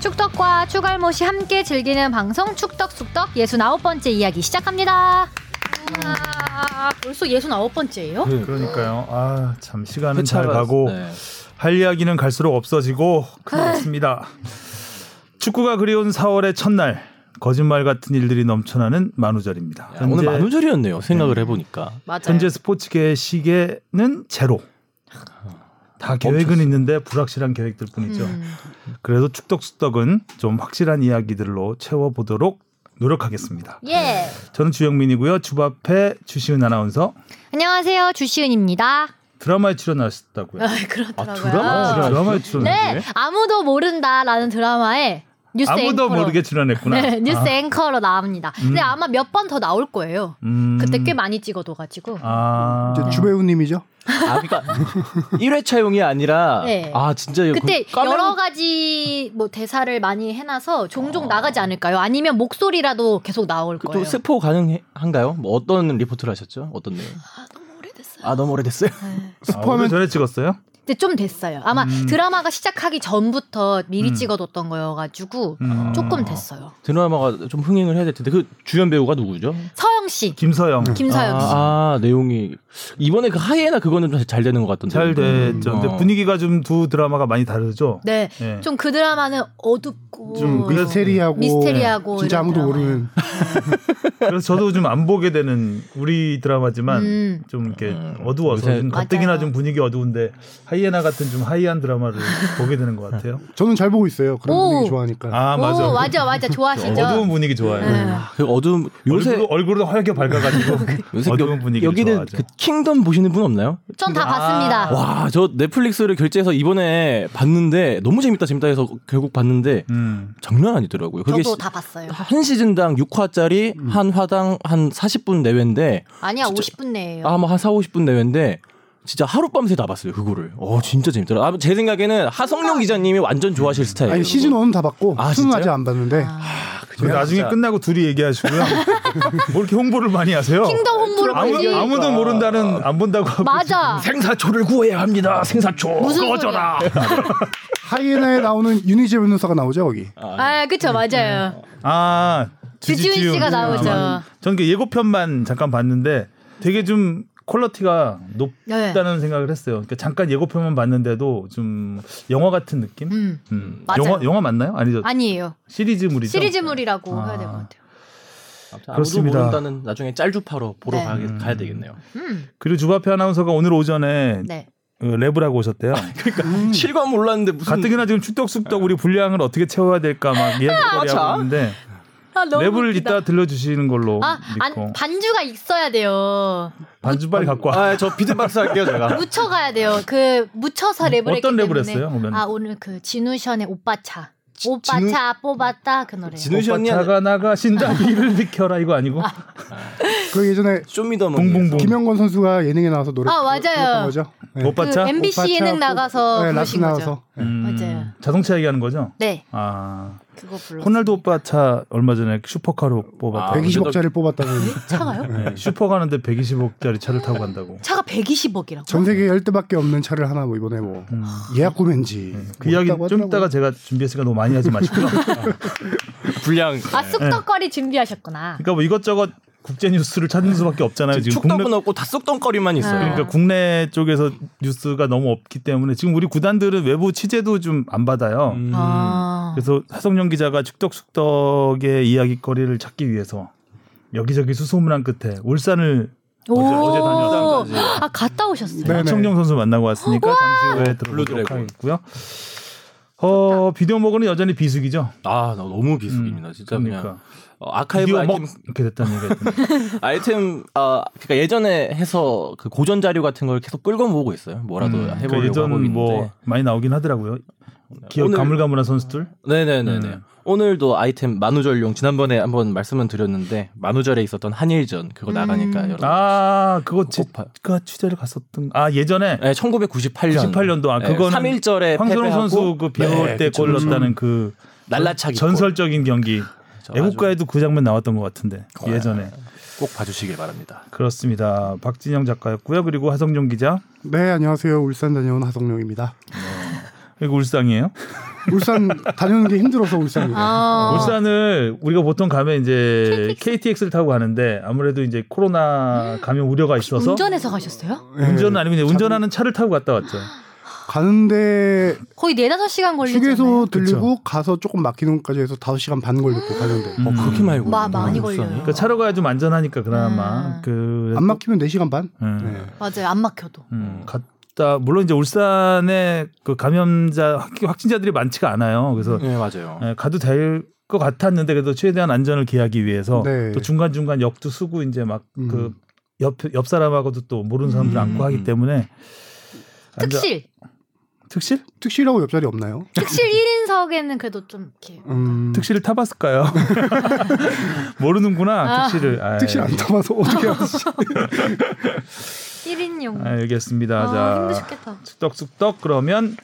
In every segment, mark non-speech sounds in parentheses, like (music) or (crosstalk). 추석과 추갈못이 함께 즐기는 방송 축덕숙덕 69번째 이야기 시작합니다. 와, 아, 벌써 69번째예요? 그러니까요. 아, 참 시간은 회차가- 잘 가고 네. 할 이야기는 갈수록 없어지고 아. 그렇습니다. 축구가 그리운 4월의 첫날 거짓말 같은 일들이 넘쳐나는 만우절입니다. 야, 오늘 만우절이었네요. 생각을 해보니까. 맞아요. 현재 스포츠계의 시계는 제로. 아, 다 계획은 있는데 불확실한 계획들 뿐이죠. 음. 그래도 축덕수덕은 좀 확실한 이야기들로 채워보도록 노력하겠습니다. 예. 저는 주영민이고요. 주바페 주시은 아나운서 안녕하세요. 주시은입니다. 드라마에 출연하셨다고요. 아, 그렇더라고요. 아, 드라마에 출연. 네, 아무도 모른다라는 드라마에 뉴스 아무도 앵커로 모르게 (laughs) 출연했구나. 네, 뉴스 아, 앵커로 나옵니다. 근데 아마 몇 번 더 나올 거예요. 음. 그때 꽤 많이 찍어둬가지고. 아, 이제 주배우님이죠. 아, (laughs) 그러니까 1회차용이 아니라 네. 아 진짜 이거 그때 까면- 여러 가지 뭐 대사를 많이 해놔서 종종 아. 나가지 않을까요? 아니면 목소리라도 계속 나올 그또 거예요. 스포 가능한가요? 뭐 어떤 리포트를 하셨죠? 어떤 내용? 오래됐어요. 아 (laughs) 너무 오래됐어요. 스포하면 스포하면- 전에 찍었어요? 근데 좀 됐어요. 아마 음. 드라마가 시작하기 전부터 미리 음. 찍어뒀던 거여가지고 음. 조금 됐어요. 드라마가 좀 흥행을 해야 될 텐데 그 주연 배우가 누구죠? 서영 씨, 김서영 김서영 씨. 아, 아, 내용이 이번에 그 하이에나 그거는 좀 잘 되는 것 같던데. 잘 됐죠. 음. 근데 어. 분위기가 좀 두 드라마가 많이 다르죠. 네, 네. 좀 그 드라마는 어둡고 좀 예. 미스테리하고, 미스테리하고 진짜 이런 아무도 드라마예요. 모르는 그래서 저도 좀 안 보게 되는 우리 드라마지만 음. 좀 이렇게 음. 어두워서 요새- 좀 가뜩이나 맞아요. 좀 분위기 어두운데 하이에나 같은 좀 하이한 드라마를 (laughs) 보게 되는 것 같아요. 저는 잘 보고 있어요. 그런 오. 분위기 좋아하니까. 아 맞아. 오, 맞아, 맞아. 좋아하시죠? 어두운 분위기 좋아요. 네. 아, 그 어둠 요새 요새 얼굴도 (laughs) 활개 밝아가지고 그- 요새 어두운 분위기 여기는 좋아하죠. 그 킹덤 보시는 분 없나요? 전 다 봤습니다. 와 저 넷플릭스를 결제해서 이번에 봤는데 너무 재밌다 재밌다 해서 결국 봤는데 음. 장난 아니더라고요. 그게 저도 시- 다 봤어요. 한 시즌당 6화짜리 한 화당 한 40분 내외인데 아니야, 진짜- 50분 내에요. 아마 뭐 한 4, 50분 내외인데 진짜 하룻밤새 다 봤어요 그거를. 어 진짜 재밌더라. 아, 제 생각에는 하성룡 기자님이 완전 좋아하실 네. 스타일이에요. 아니 시즌 그거. 1은 다 봤고 아, 2는 진짜요? 아직 안 봤는데 저희 나중에 진짜. 끝나고 둘이 얘기하시고요. (laughs) 뭘 이렇게 홍보를 많이 하세요? 킹덤 홍보를 아무, 보지. 아무도 모른다는 안 본다고 하고 맞아. 생사초를 구해야 합니다. 생사초. 무슨 (laughs) 꺼져라. 하이에나에 나오는 윤희재 변호사가 나오죠 거기. 아, 그쵸, 맞아요. 아 주지훈 씨가 나오죠. 전그 예고편만 잠깐 봤는데 되게 좀 퀄리티가 네. 높다는 생각을 했어요. 그러니까 잠깐 예고편만 봤는데도 좀 영화 같은 느낌? 음, 음. 맞아요. 영화 영화 맞나요? 아니죠. 아니에요. 시리즈물이죠. 시리즈물이라고 아. 해야 될 것 같아요. 아무도 그렇습니다. 모른다는 나중에 짤주파로 보러 네. 가야, 음. 가야 되겠네요. 음, 그리고 주바페 아나운서가 오늘 오전에 네. 아, 그 랩을 하고 오셨대요. 실감 몰랐는데 무슨 가뜩이나 지금 축덕숙덕 우리 분량을 어떻게 채워야 될까 (laughs) 막 아, 이야기를 참. 하고 있는데 아, 너무 랩을 웃기다. 이따 들려주시는 걸로 아, 믿고 안, 반주가 있어야 돼요. 반주 빨리 갖고 와. 아, 저 비트박스 할게요, 제가. 묻혀가야 돼요. 그 묻혀서 랩을 했기 어떤 랩을 때문에. 했어요? 그러면? 아 오늘 그 진우션의 오빠차. 지- 진우- 오빠차 뽑았다 그 노래. 진우 오빠 션이 차가 나가신다 (laughs) 이를 비켜라 이거 아니고 그 예전에 쇼미더머니. 봉봉봉 김영건 선수가 예능에 나와서 노래 아, 맞아요. 불렀던 거죠. 네. 오빠 그 차 MBC 오빠 예능 차 나가서 뽑- 네, 라스 부르신 거죠. 나와서 네. 음, 맞아요. 자동차 얘기하는 거죠 네, 아 그거 불러. 호날두 오빠 차 얼마 전에 슈퍼카로 아, 뽑았다 120억짜리 뽑았다는 음. 차가요? 네, 슈퍼 가는데 120억짜리 차를 타고 (laughs) 간다고 차가 120억이라고. 전 세계 열 대밖에 없는 차를 하나 뭐 이번에 뭐 예약 구매인지 음. 뭐 그 이야기 좀 이따가 제가 준비했으니까 너무 많이 하지 (laughs) 마시고요 분량. 아 네. 쑥덕거리 준비하셨구나. 그러니까 뭐 이것저것 국제 뉴스를 찾는 수밖에 없잖아요 지금 축덕은 국내 없고 다 쏙덩거리만 있어요. 아. 그러니까 국내 쪽에서 뉴스가 너무 없기 때문에 지금 우리 구단들은 외부 취재도 좀 안 받아요. 음. 아. 그래서 하성룡 기자가 축덕숙덕의 이야기거리를 찾기 위해서 여기저기 수소문한 끝에 울산을 어제 오. 다녀왔다는 아 갔다 오셨어요? 네. 네네. 하청룡 선수 만나고 왔으니까 잠시 후에 들어보도록 블루드래곤. 하겠고요. 어, 비디오 먹은 여전히 비수기죠. 아, 나 너무 비수입니다. 진짜 그냥 그러니까 어, 아카이브 비디오 먹 아이템, 이렇게 됐다는 얘기가 있던데. (laughs) 아이템 아, 그러니까 예전에 해서 그 고전 자료 같은 걸 계속 끌고 모으고 있어요. 뭐라도 음, 해보려고 그러니까 하고 예전 있는데. 뭐 많이 나오긴 하더라고요. 기억 오늘- 어, 가물가물한 선수들. 네네네네. 음. 오늘도 아이템 만우절용 지난번에 한번 말씀은 드렸는데 만우절에 있었던 한일전 그거 나가니까 여러분. 아 그거 꼭 제가 취재를 갔었던 아 예전에 네, 1998년. 네, 98년도 아, 그거는 3일절에 네, 황선홍 선수 그 비 올 때 골 넣었다는 그 날라차기 전설적인 경기 저 애국가에도 그 장면 나왔던 것 같은데 예. 예전에 꼭 봐주시길 바랍니다. 그렇습니다 박진영 작가였고요 그리고 하성룡 기자 네 안녕하세요 울산 다녀온 하성룡입니다. 그리고 울상이에요 울산 다녀오는 게 힘들어서 울산이에요. 아. 울산을 우리가 보통 가면 이제 KTX. 를 타고 가는데 아무래도 이제 코로나 감염 우려가 있어서 운전해서 가셨어요? 예. 운전은 아니면 이제 운전하는 차를 타고 갔다 왔죠. 가는데 거의 4, 5시간 걸리지 휴게소 않아요? 들리고 가서 조금 막히는 것까지 해서 5시간 반 걸렸고 가는데 음. 뭐 그렇게 많이 걸려. 마- 많이 걸려요. 그러니까 차로 가야 좀 안전하니까 그나마 음. 그 안 막히면 4시간 반? 음. 예. 맞아요. 안 막혀도. 음, 갔다 물론 이제 울산에 그 감염자 확- 확진자들이 많지가 않아요. 그래서 네 맞아요. 예, 가도 될 것 같았는데 그래도 최대한 안전을 기하기 위해서 네. 또 중간 중간 역도 쓰고 이제 막 그 음. 옆 옆 사람하고도 또 모르는 사람들 음. 안고 하기 때문에 앉아- 특실. 특실 특실하고 옆자리 없나요? 특실 1인석에는 그래도 좀 이렇게 음, 특실을 타봤을까요? (laughs) 모르는구나 아. 특실을 아, 특실 안 타봐서 (laughs) 어떻게 하지? 아, 1인용. 알겠습니다. 아, 자 힘드셨겠다. 쑥떡쑥떡 그러면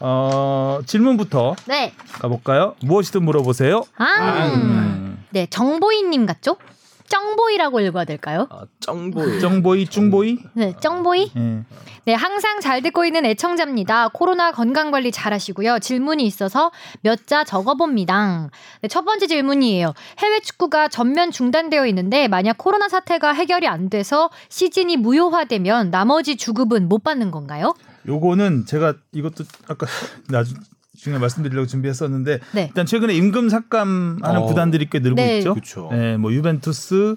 어, 질문부터 네. 가볼까요? 무엇이든 물어보세요. 아. 음. 네, 정보이님 같죠? 정보이라고 읽어야 될까요? 아, 정보예요. 정보이 중보이 네, 정보이. 예. 네, 항상 잘 듣고 있는 애청자입니다. 코로나 건강 관리 잘 하시고요. 질문이 있어서 몇 자 적어봅니다. 네, 첫 번째 질문이에요. 해외 축구가 전면 중단되어 있는데 만약 코로나 사태가 해결이 안 돼서 시즌이 무효화되면 나머지 주급은 못 받는 건가요? 요거는 제가 이것도 아까 (laughs) 나중에 말씀드리려고 준비했었는데 네. 일단 최근에 임금 삭감하는 어. 구단들이 꽤 늘고 네. 있죠. 그렇죠. 예, 뭐 유벤투스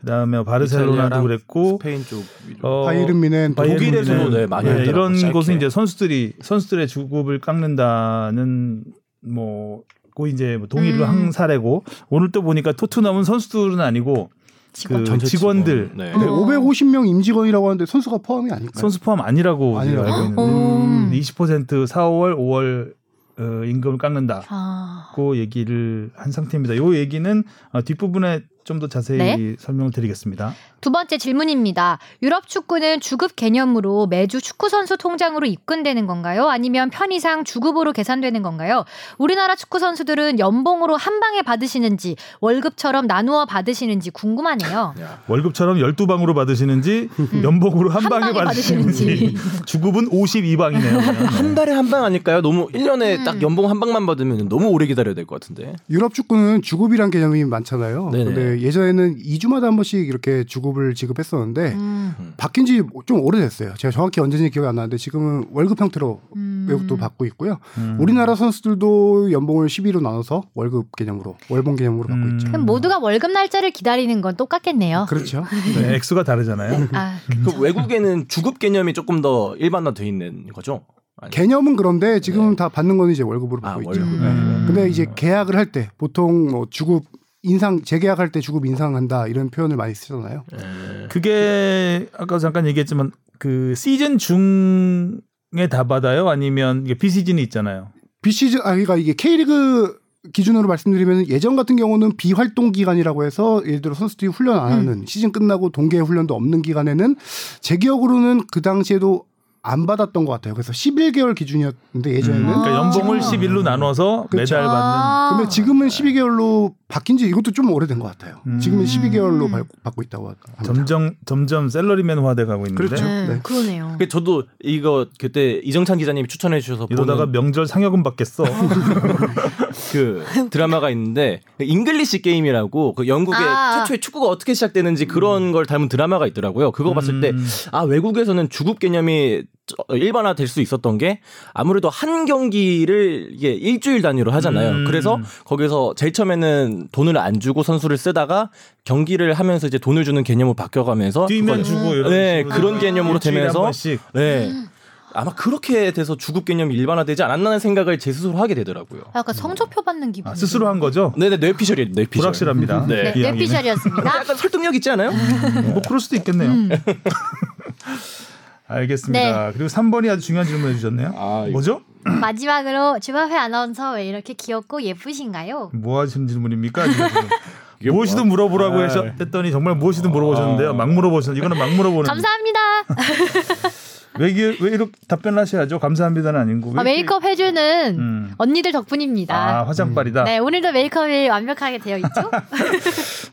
그다음에 바르셀로나도 이탈리아랑 그랬고 스페인 쪽 위로. 어, 아, 바이에른 미넨 바이에른 독일에서도 미넨. 네, 많이 예, 하더라고요, 이런 짧게. 곳은 이제 선수들이 선수들의 주급을 깎는다는 뭐. 고 이제 뭐 동의를 음. 한 사례고 오늘 또 보니까 토트넘은 선수들은 아니고 직원. 그 전체 직원들 직원. 네. 네, 어. 550명 임직원이라고 하는데 선수가 포함이 아닐까요? 선수 포함 아니라고 제가 아니라고? 알고 있는데 음. 20% 4월, 5월 어, 임금을 깎는다고 아, 얘기를 한 상태입니다. 요 얘기는 어, 뒷부분에 좀 더 자세히 네. 설명을 드리겠습니다. 두 번째 질문입니다. 유럽 축구는 주급 개념으로 매주 축구 선수 통장으로 입금되는 건가요? 아니면 편의상 주급으로 계산되는 건가요? 우리나라 축구 선수들은 연봉으로 한 방에 받으시는지 월급처럼 나누어 받으시는지 궁금하네요. 야. 월급처럼 12방으로 받으시는지 연봉으로 한, 한 방에, 방에 받으시는지, (laughs) 주급은 52방이네요. 한 달에 한 방 아닐까요? 너무 1년에 음. 딱 연봉 한 방만 받으면 너무 오래 기다려야 될 것 같은데. 유럽 축구는 주급이란 개념이 많잖아요. 네네. 근데 예전에는 2주마다 한 번씩 이렇게 주급을 지급했었는데 음, 바뀐 지 좀 오래됐어요. 제가 정확히 언제인지 기억이 안 나는데 지금은 월급 형태로 음. 외국도 받고 있고요. 음. 우리나라 선수들도 연봉을 12로 나눠서 월급 개념으로 월봉 개념으로 받고 음. 있죠. 그럼 뭐 모두가 월급 날짜를 기다리는 건 똑같겠네요. 그렇죠. 네, 액수가 다르잖아요. 아, 그 외국에는 주급 개념이 조금 더 일반화돼 있는 거죠? 아니- 개념은 그런데 지금 다 받는 건 이제 월급으로 아 받고 있죠. 네. 월급. 음. 근데 이제 계약을 할 때 보통 뭐 주급 인상 재계약할 때 주급 인상한다 이런 표현을 많이 쓰잖아요. 네. 그게 아까 잠깐 얘기했지만 그 시즌 중에 다 받아요? 아니면 이게 비시즌이 있잖아요. 비시즌 아 그러니까 이게 K리그 기준으로 말씀드리면 예전 같은 경우는 비활동 기간이라고 해서 예를 들어 선수들이 훈련 안 하는 음. 시즌 끝나고 동계 훈련도 없는 기간에는 제 기억으로는 그 당시에도 안 받았던 것 같아요. 그래서 11개월 기준이었는데 예전에는 음. 그러니까 아. 연봉을 11로 나눠서 그쵸. 매달 받는 아. 근데 지금은 12개월로 바뀐 지 이것도 좀 오래된 것 같아요. 음. 지금은 12개월로 음. 받고 있다고 합니다. 점점 점점 셀러리맨화돼 가고 있는데 그렇죠. 네, 네. 그러네요. 그 저도 이거 그때 이정찬 기자님이 추천해 주셔서 이러다가 보는 명절 상여금 (laughs) 받겠어. 그 드라마가 있는데 그 잉글리시 게임이라고 그 영국의 아. 최초의 축구가 어떻게 시작되는지 그런 걸 닮은 드라마가 있더라고요. 그거 봤을 때 음. 아 외국에서는 주급 개념이 저- 일반화 될 수 있었던 게 아무래도 한 경기를 이게 일주일 단위로 하잖아요. 음. 그래서 거기서 제일 처음에는 돈을 안 주고 선수를 쓰다가 경기를 하면서 이제 돈을 주는 개념으로 바뀌어가면서 뛰면 아, 그걸- 주고 이런 네, 식으로 그런 개념으로 일주일에 한 되면서 번씩. 네. 아마 그렇게 돼서 주급 개념이 일반화되지 않았나는 생각을 제 스스로 하게 되더라고요. 약간 성적표 받는 기분. 아, 스스로 한 거죠. 네네 뇌피셜이에요. 뇌피셜. 불확실합니다. 그 네. 네, 이 이야기는. 뇌피셜이었습니다. (laughs) 약간 설득력 있지 않아요? 뭐 그럴 수도 있겠네요. 음. (laughs) 알겠습니다. 네. 그리고 3번이 아주 중요한 질문 해주셨네요. 아, 이거- 뭐죠? 마지막으로 주바회 아나운서 왜 이렇게 귀엽고 예쁘신가요? 뭐 하시는 질문입니까? 지금? (laughs) 이게 무엇이든 물어보라고 아. 하셔- 했더니 정말 무엇이든 물어보셨는데요. 막 물어보셨는데 이거는 막 물어보는. 감사합니다. 아, 왜, 이게- 왜 이렇게 답변하셔야죠? 감사합니다는 아니고. 왜 아, 이렇게- 메이크업 해주는 음. 언니들 덕분입니다. 아 화장빨이다. 네, 오늘도 메이크업이 완벽하게 되어 있죠?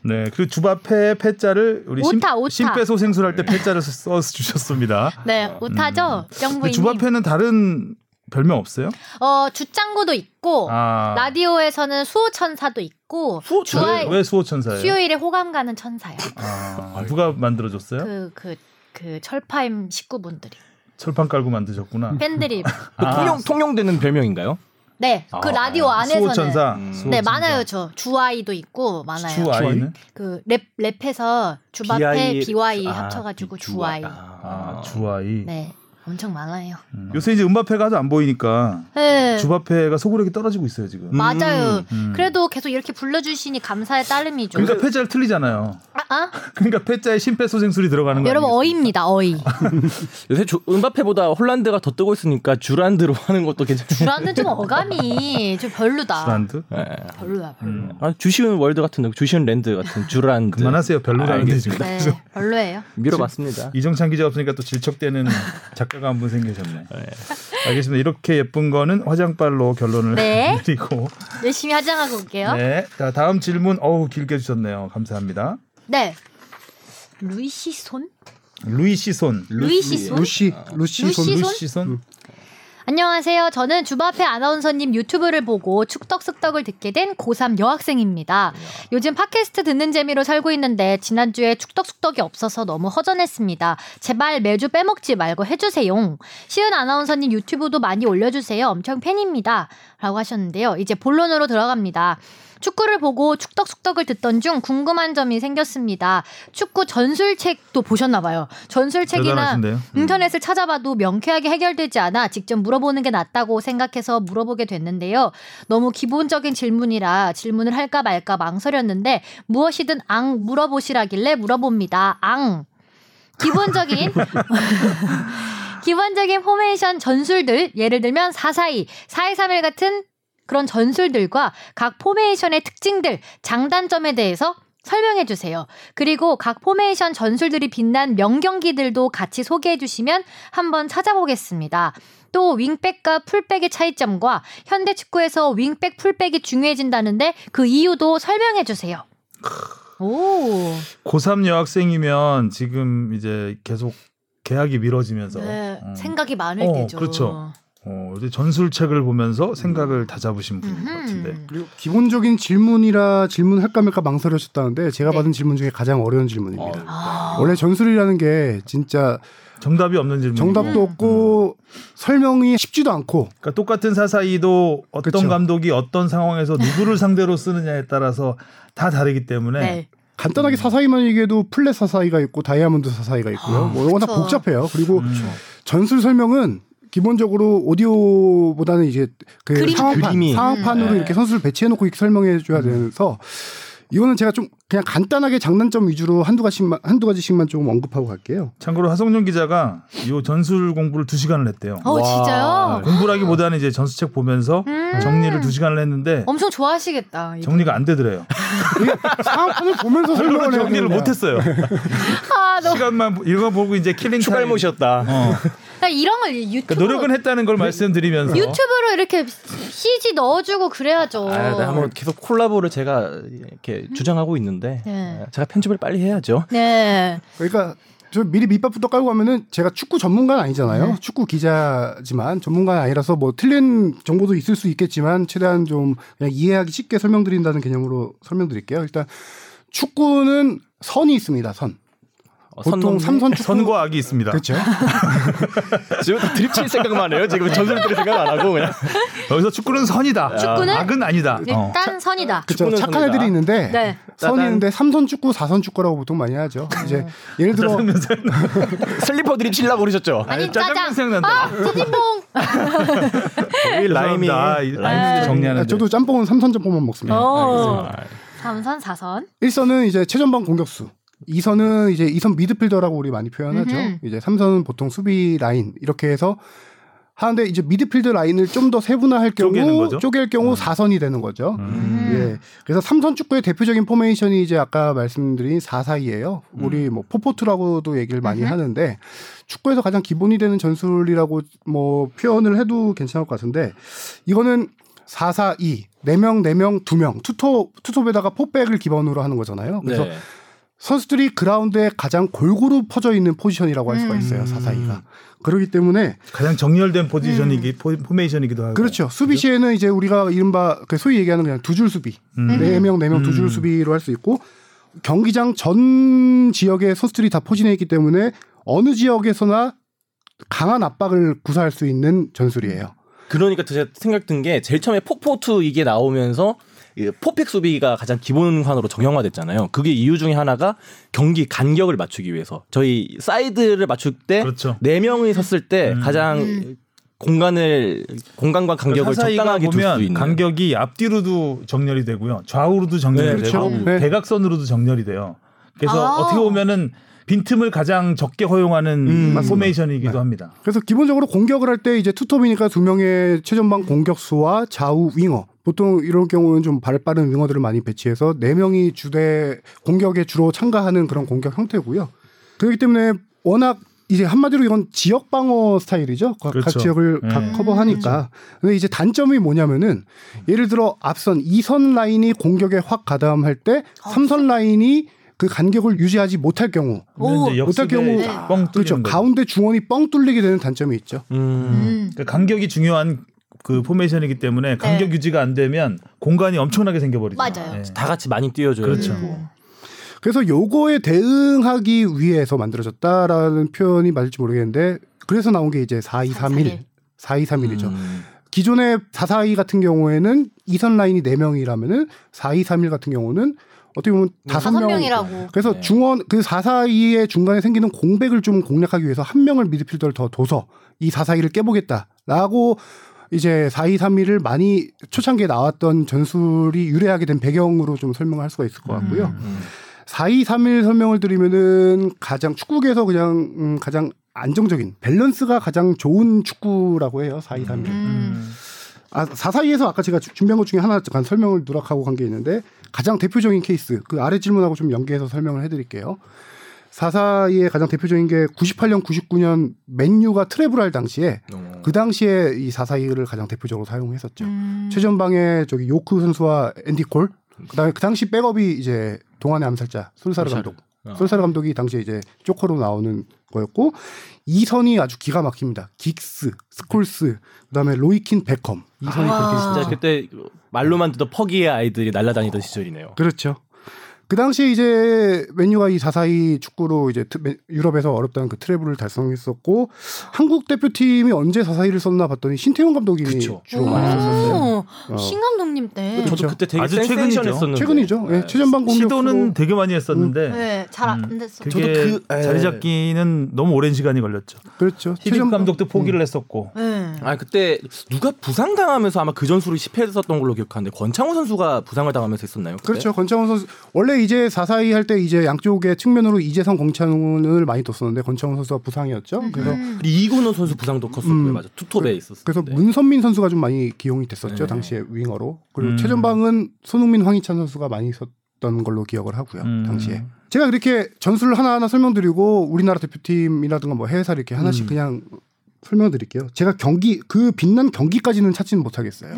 네, 그리고 주바페 패자를 우리 심, 오타, 오타. 심폐소생술할 때 패자를 써서 주셨습니다. (laughs) 네, 오타죠? 근데 정부인. 주바페는 다른 별명 없어요? 어, 주짱구도 있고 아. 라디오에서는 수호천사도 있고 왜, 주화의 왜 수호천사예요? 수요일에 호감 가는 천사요. 네. 아, 누가 만들어줬어요? 그 그 그 철파임 식구분들이 철판 깔고 만드셨구나. 팬들이 그 아. 통용 통용되는 별명인가요? 네 그 아, 라디오 안에서는 수호천사. 음. 수호천사. 네 많아요 저 주아이도 있고 많아요. 주아이는? 그 랩 랩해서 주바페 BI BY 아, 그 합쳐가지고 주- 주아이. 아, 아, 주아이. 네 엄청 많아요. 음. 요새 이제 음바페가 하도 안 보이니까 네 주바페가 소구력이 떨어지고 있어요 지금. 음. 맞아요. 음. 그래도 계속 이렇게 불러주시니 감사의 따름이죠. 그러니까 패자를 틀리잖아요. (laughs) 아, 아? 그러니까 패자에 심폐소생술이 들어가는 거예요. 여러분 어이입니다 어이. (laughs) 요새 주, 은바페보다 홀란드가 더 뜨고 있으니까 주란드로 하는 것도 괜찮아요. 주라는 좀 어감이 아. 좀 별로다. 란드 별로야 별로. 음. 아, 주시은 월드 같은 느낌, 주시은 랜드 같은 주란드. 그만하세요. 별로라는데 지금. 네 별로예요. 밀어봤습니다. 이정찬 기자 없으니까 또 (laughs) 질척대는 작가가 한 분 생기셨네. 알겠습니다. 이렇게 예쁜 거는 화장빨로 결론을 (laughs) 네. 드리고. 열심히 화장하고 올게요. 네. 자, 다음 질문 어우 길게 주셨네요. 감사합니다. 네. 루이시 손? 루이 시손. 루이시 손? 루시 루시 루시 손 손? 루이 음, 시손. 안녕하세요. 저는 주바페 아나운서님 유튜브를 보고 축덕숙덕을 듣게 된 고3 여학생입니다. 요즘 팟캐스트 듣는 재미로 살고 있는데 지난주에 축덕숙덕이 없어서 너무 허전했습니다. 제발 매주 빼먹지 말고 해주세요. 시은 아나운서님 유튜브도 많이 올려주세요. 엄청 팬입니다. 라고 하셨는데요. 이제 본론으로 들어갑니다. 축구를 보고 축덕숙덕을 듣던 중 궁금한 점이 생겼습니다. 축구 전술책도 보셨나봐요. 전술책이나 대단하신데요. 인터넷을 찾아봐도 명쾌하게 해결되지 않아 직접 물어보는 게 낫다고 생각해서 물어보게 됐는데요. 너무 기본적인 질문이라 질문을 할까 말까 망설였는데 무엇이든 앙 물어보시라길래 물어봅니다. 앙. 기본적인 기본적인 포메이션 전술들 예를 들면 442, 4231 같은 그런 전술들과 각 포메이션의 특징들, 장단점에 대해서 설명해 주세요. 그리고 각 포메이션 전술들이 빛난 명경기들도 같이 소개해 주시면 한번 찾아보겠습니다. 또 윙백과 풀백의 차이점과 현대 축구에서 윙백 풀백이 중요해진다는데 그 이유도 설명해 주세요. 오. 고3 여학생이면 지금 이제 계속 계약이 미뤄지면서 네, 음. 생각이 많을 어, 때죠. 그렇죠. 어, 이제 전술책을 보면서 생각을 다 잡으신 분인 것 같은데. 음. 음흠. 그리고 기본적인 질문이라 질문할까 말까 망설여졌다는데 제가 네. 받은 질문 중에 가장 어려운 질문입니다. 아. 원래 전술이라는 게 진짜 정답이 없는 질문. 정답도 음. 없고 설명이 쉽지도 않고 그러니까 똑같은 사사이도 어떤 그쵸. 감독이 어떤 상황에서 누구를 상대로 쓰느냐에 따라서 다 다르기 때문에 네. 간단하게 사사이만 얘기해도 플랫 사사이가 있고 다이아몬드 사사이가 있고요. 뭐 워낙 그쵸. 복잡해요. 그리고 음, 전술 설명은 기본적으로 오디오보다는 이제 그 그림. 네. 상황판, 그림이. 상황판으로 음. 이렇게 선수를 배치해놓고 이렇게 설명해줘야 되면서 이거는 제가 좀 그냥 간단하게 장단점 위주로 한두 가지씩만 한두 가지씩만 조금 언급하고 갈게요. 참고로 하성룡 기자가 요 전술 공부를 두 시간을 했대요. 어, 아, 진짜요? 공부라기보다는 이제 전술책 보면서 음. 어. 정리를 두 시간을 했는데 엄청 좋아하시겠다. 이거. 정리가 안 되더래요. 상황판을 보면서 결론은 설명을 해야 정리를 되는데. 못했어요. 아, 너무 시간만 읽어보고 이제 킬링 타임. 추갈못이었다. 어. 나 이런 걸 유튜브 그러니까 노력은 했다는 걸 말씀드리면서 유튜브로 이렇게 CG 넣어주고 그래야죠. 아, 네, 한번 계속 콜라보를 제가 이렇게 주장하고 있는데 음. 네. 제가 편집을 빨리 해야죠. 네. 그러니까 저 미리 밑밥부터 깔고 가면은 제가 축구 전문가는 아니잖아요. 네. 축구 기자지만 전문가는 아니라서 뭐 틀린 정보도 있을 수 있겠지만 최대한 좀 그냥 이해하기 쉽게 설명드린다는 개념으로 설명드릴게요. 일단 축구는 선이 있습니다. 선. 어, 선동- 보통 삼선 축구 선과 악이 있습니다. 그렇죠. 지금 다 드립 칠 생각만 해요. 지금 전술 들이 생각 안 하고 그냥 여기서 축구는 선이다. 축구는? 네. 악은 아니다. 어. 일단 선이다. 그렇죠. 축구는 착한 선이다. 애들이 있는데 네. 선이 짜잔. 네. 있는데 삼선 축구, 사선 축구라고 보통 많이 하죠. 이제 예를 들어 (laughs) 슬리퍼 드립 치려고 그러셨죠. 아니 짜장. 짜장면 생각난다. 네, 아, 소진봉. 이 라임이 죄송합니다. 이 라임 문제 정리하는데. 아, 저도 짬뽕은 삼선 짬뽕만 먹습니다. 어. 3선, 4선. 1선은 이제 최전방 공격수. 2선은 이제 2선 미드필더라고 우리 많이 표현하죠. 음흠. 이제 3선은 보통 수비 라인 이렇게 해서 하는데 이제 미드필드 라인을 좀 더 세분화할 쪼개는 경우 거죠? 음. 쪼갤 경우 4선이 되는 거죠. 음. 예. 그래서 삼선 축구의 대표적인 포메이션이 이제 아까 말씀드린 4사이예요. 우리 뭐 포포트라고도 얘기를 많이 하는데 축구에서 가장 기본이 되는 전술이라고 뭐 표현을 해도 괜찮을 것 같은데 이거는 442 4명, 4명, 2명. 투톱 투톱에다가 포백을 기본으로 하는 거잖아요. 그래서 네. 선수들이 그라운드에 가장 골고루 퍼져 있는 포지션이라고 할 수가 있어요. 음. 사사이가. 그렇기 때문에 가장 정렬된 포지션이기 포, 포메이션이기도 하고 그렇죠. 수비 시에는 이제 우리가 이른바 그 소위 얘기하는 그냥 두 줄 수비. 음. 네 명, 네 명 두 줄 음. 수비로 할 수 있고 경기장 전 지역의 선수들이 다 포진해 있기 때문에 어느 지역에서나 강한 압박을 구사할 수 있는 전술이에요. 그러니까 제가 생각 든 게 제일 처음에 폭포투 이게 나오면서 이 포팩 수비가 가장 기본화로 정형화됐잖아요. 그게 이유 중에 하나가 경기 간격을 맞추기 위해서 저희 사이드를 맞출 때 네 그렇죠. 명이 섰을 때 음. 가장 공간을 공간과 간격을 그러니까 사사이가 적당하게 둘 수 보면 있는 간격이 앞뒤로도 정렬이 되고요. 좌우로도 정렬이 네, 되고 그렇죠. 네. 대각선으로도 정렬이 돼요. 그래서 아. 어떻게 보면은 빈틈을 가장 적게 허용하는 음, 맞습니다. 네. 포메이션이기도 합니다. 그래서 기본적으로 공격을 할 때 이제 투톱이니까 두 명의 최전방 공격수와 좌우 윙어. 보통 이런 경우는 좀 발 빠른 윙어들을 많이 배치해서 네 명이 주대 공격에 주로 참가하는 그런 공격 형태고요. 그렇기 때문에 워낙 이제 한마디로 이건 지역 방어 스타일이죠. 각, 각 그렇죠. 지역을 각 네. 커버하니까. 근데 이제 단점이 뭐냐면은 예를 들어 앞선 이선 라인이 공격에 확 가담할 때삼선 라인이 그 간격을 유지하지 못할 경우 그러면 오, 이제 역습에 못할 경우 네. 뻥 그렇죠. 뚫리는 거죠. 가운데 중원이 뻥 뚫리게 되는 단점이 있죠. 음. 음. 그러니까 간격이 중요한 그 포메이션이기 때문에 간격 유지가 안 되면 공간이 엄청나게 생겨버리죠. 네. 맞아요. 예. 다 같이 많이 뛰어줘요. 그렇죠. 음. 그래서 요거에 대응하기 위해서 만들어졌다라는 표현이 맞을지 모르겠는데 그래서 나온 게 이제 4231. 그렇죠. 4231이죠. 음. 기존의 442 같은 경우에는 이선 라인이 4명이라면은 4231 같은 경우는 어떻게 보면 다섯 다섯 명 명이라고. 그래서 네. 중원 그 442의 중간에 생기는 공백을 좀 공략하기 위해서 한 명을 미드필더를 더 둬서 이 442를 깨보겠다라고 이제 4231을 많이 초창기에 나왔던 전술이 유래하게 된 배경으로 좀 설명할 수가 있을 것 같고요. 음. 4231 설명을 드리면은 가장 축구계에서 그냥 음, 가장 안정적인 밸런스가 가장 좋은 축구라고 해요. 4231. 음. 아, 442에서 아까 제가 주- 준비한 것 중에 하나 잠깐 설명을 누락하고 간 게 있는데 가장 대표적인 케이스 그 아래 질문하고 좀 연계해서 설명을 해 드릴게요. 442의 가장 대표적인 게 98년 99년 맨유가 트래블 할 당시에 어. 그 당시에 이 442를 가장 대표적으로 사용했었죠. 음. 최전방에 저기 요크 선수와 앤디 콜 그다음에 그 당시 백업이 이제 동안의 암살자 솔사르 솔사르. 감독 어. 솔사르 감독이 당시에 이제 쪼커로 나오는 거였고 이 선이 아주 기가 막힙니다 긱스 스콜스 그다음에 로이킨 베컴 이 선이 아. 그렇게 있었죠 진짜 그때 말로만 듣던 퍼기의 아이들이 날아다니던 시절이네요. 그렇죠 그 당시에 이제 맨유가 이 자사이 축구로 이제 트- 맨- 유럽에서 어렵다는 그 트래블을 달성했었고 한국 대표팀이 언제 자사이를 썼나 봤더니 신태용 감독이 그쵸. 주로 많이 음. 썼었어요 어. 오, 신감독님 때. 그쵸. 저도 그때 되게 아주 최근이죠. 센세이션했었는데 최근이죠 네. 예, 최전방 공격으로 시도는 되게 많이 했었는데 네, 잘 안 음. 됐어. 그게 저도 그- 예. 자리 잡기는 너무 오랜 시간이 걸렸죠. 그렇죠 히딩 감독도 포기를 음. 했었고 네. 아 그때 누가 부상 당하면서 아마 그 전술을 10회 했었던 걸로 기억하는데 권창호 선수가 부상을 당하면서 했었나요? 그때? 그렇죠. 권창훈 선수 원래 이제 442 할 때 이제 양쪽의 측면으로 이재성 권창훈을 많이 뒀었는데 권창훈 선수가 부상이었죠. 음. 네. 그래서 이근호 선수 부상도 컸었고요. 음. 맞아. 투톱에 있었어요. 그래서 문선민 선수가 좀 많이 기용이 됐었죠. 네. 당시에 윙어로. 그리고 음. 최전방은 손흥민, 황희찬 선수가 많이 있었던 걸로 기억을 하고요. 음. 당시에. 제가 그렇게 전술을 하나하나 설명드리고 우리나라 대표팀이라든가 뭐 해외사를 이렇게 하나씩 그냥 설명드릴게요. 제가 경기 그 빛난 경기까지는 찾지는 못하겠어요.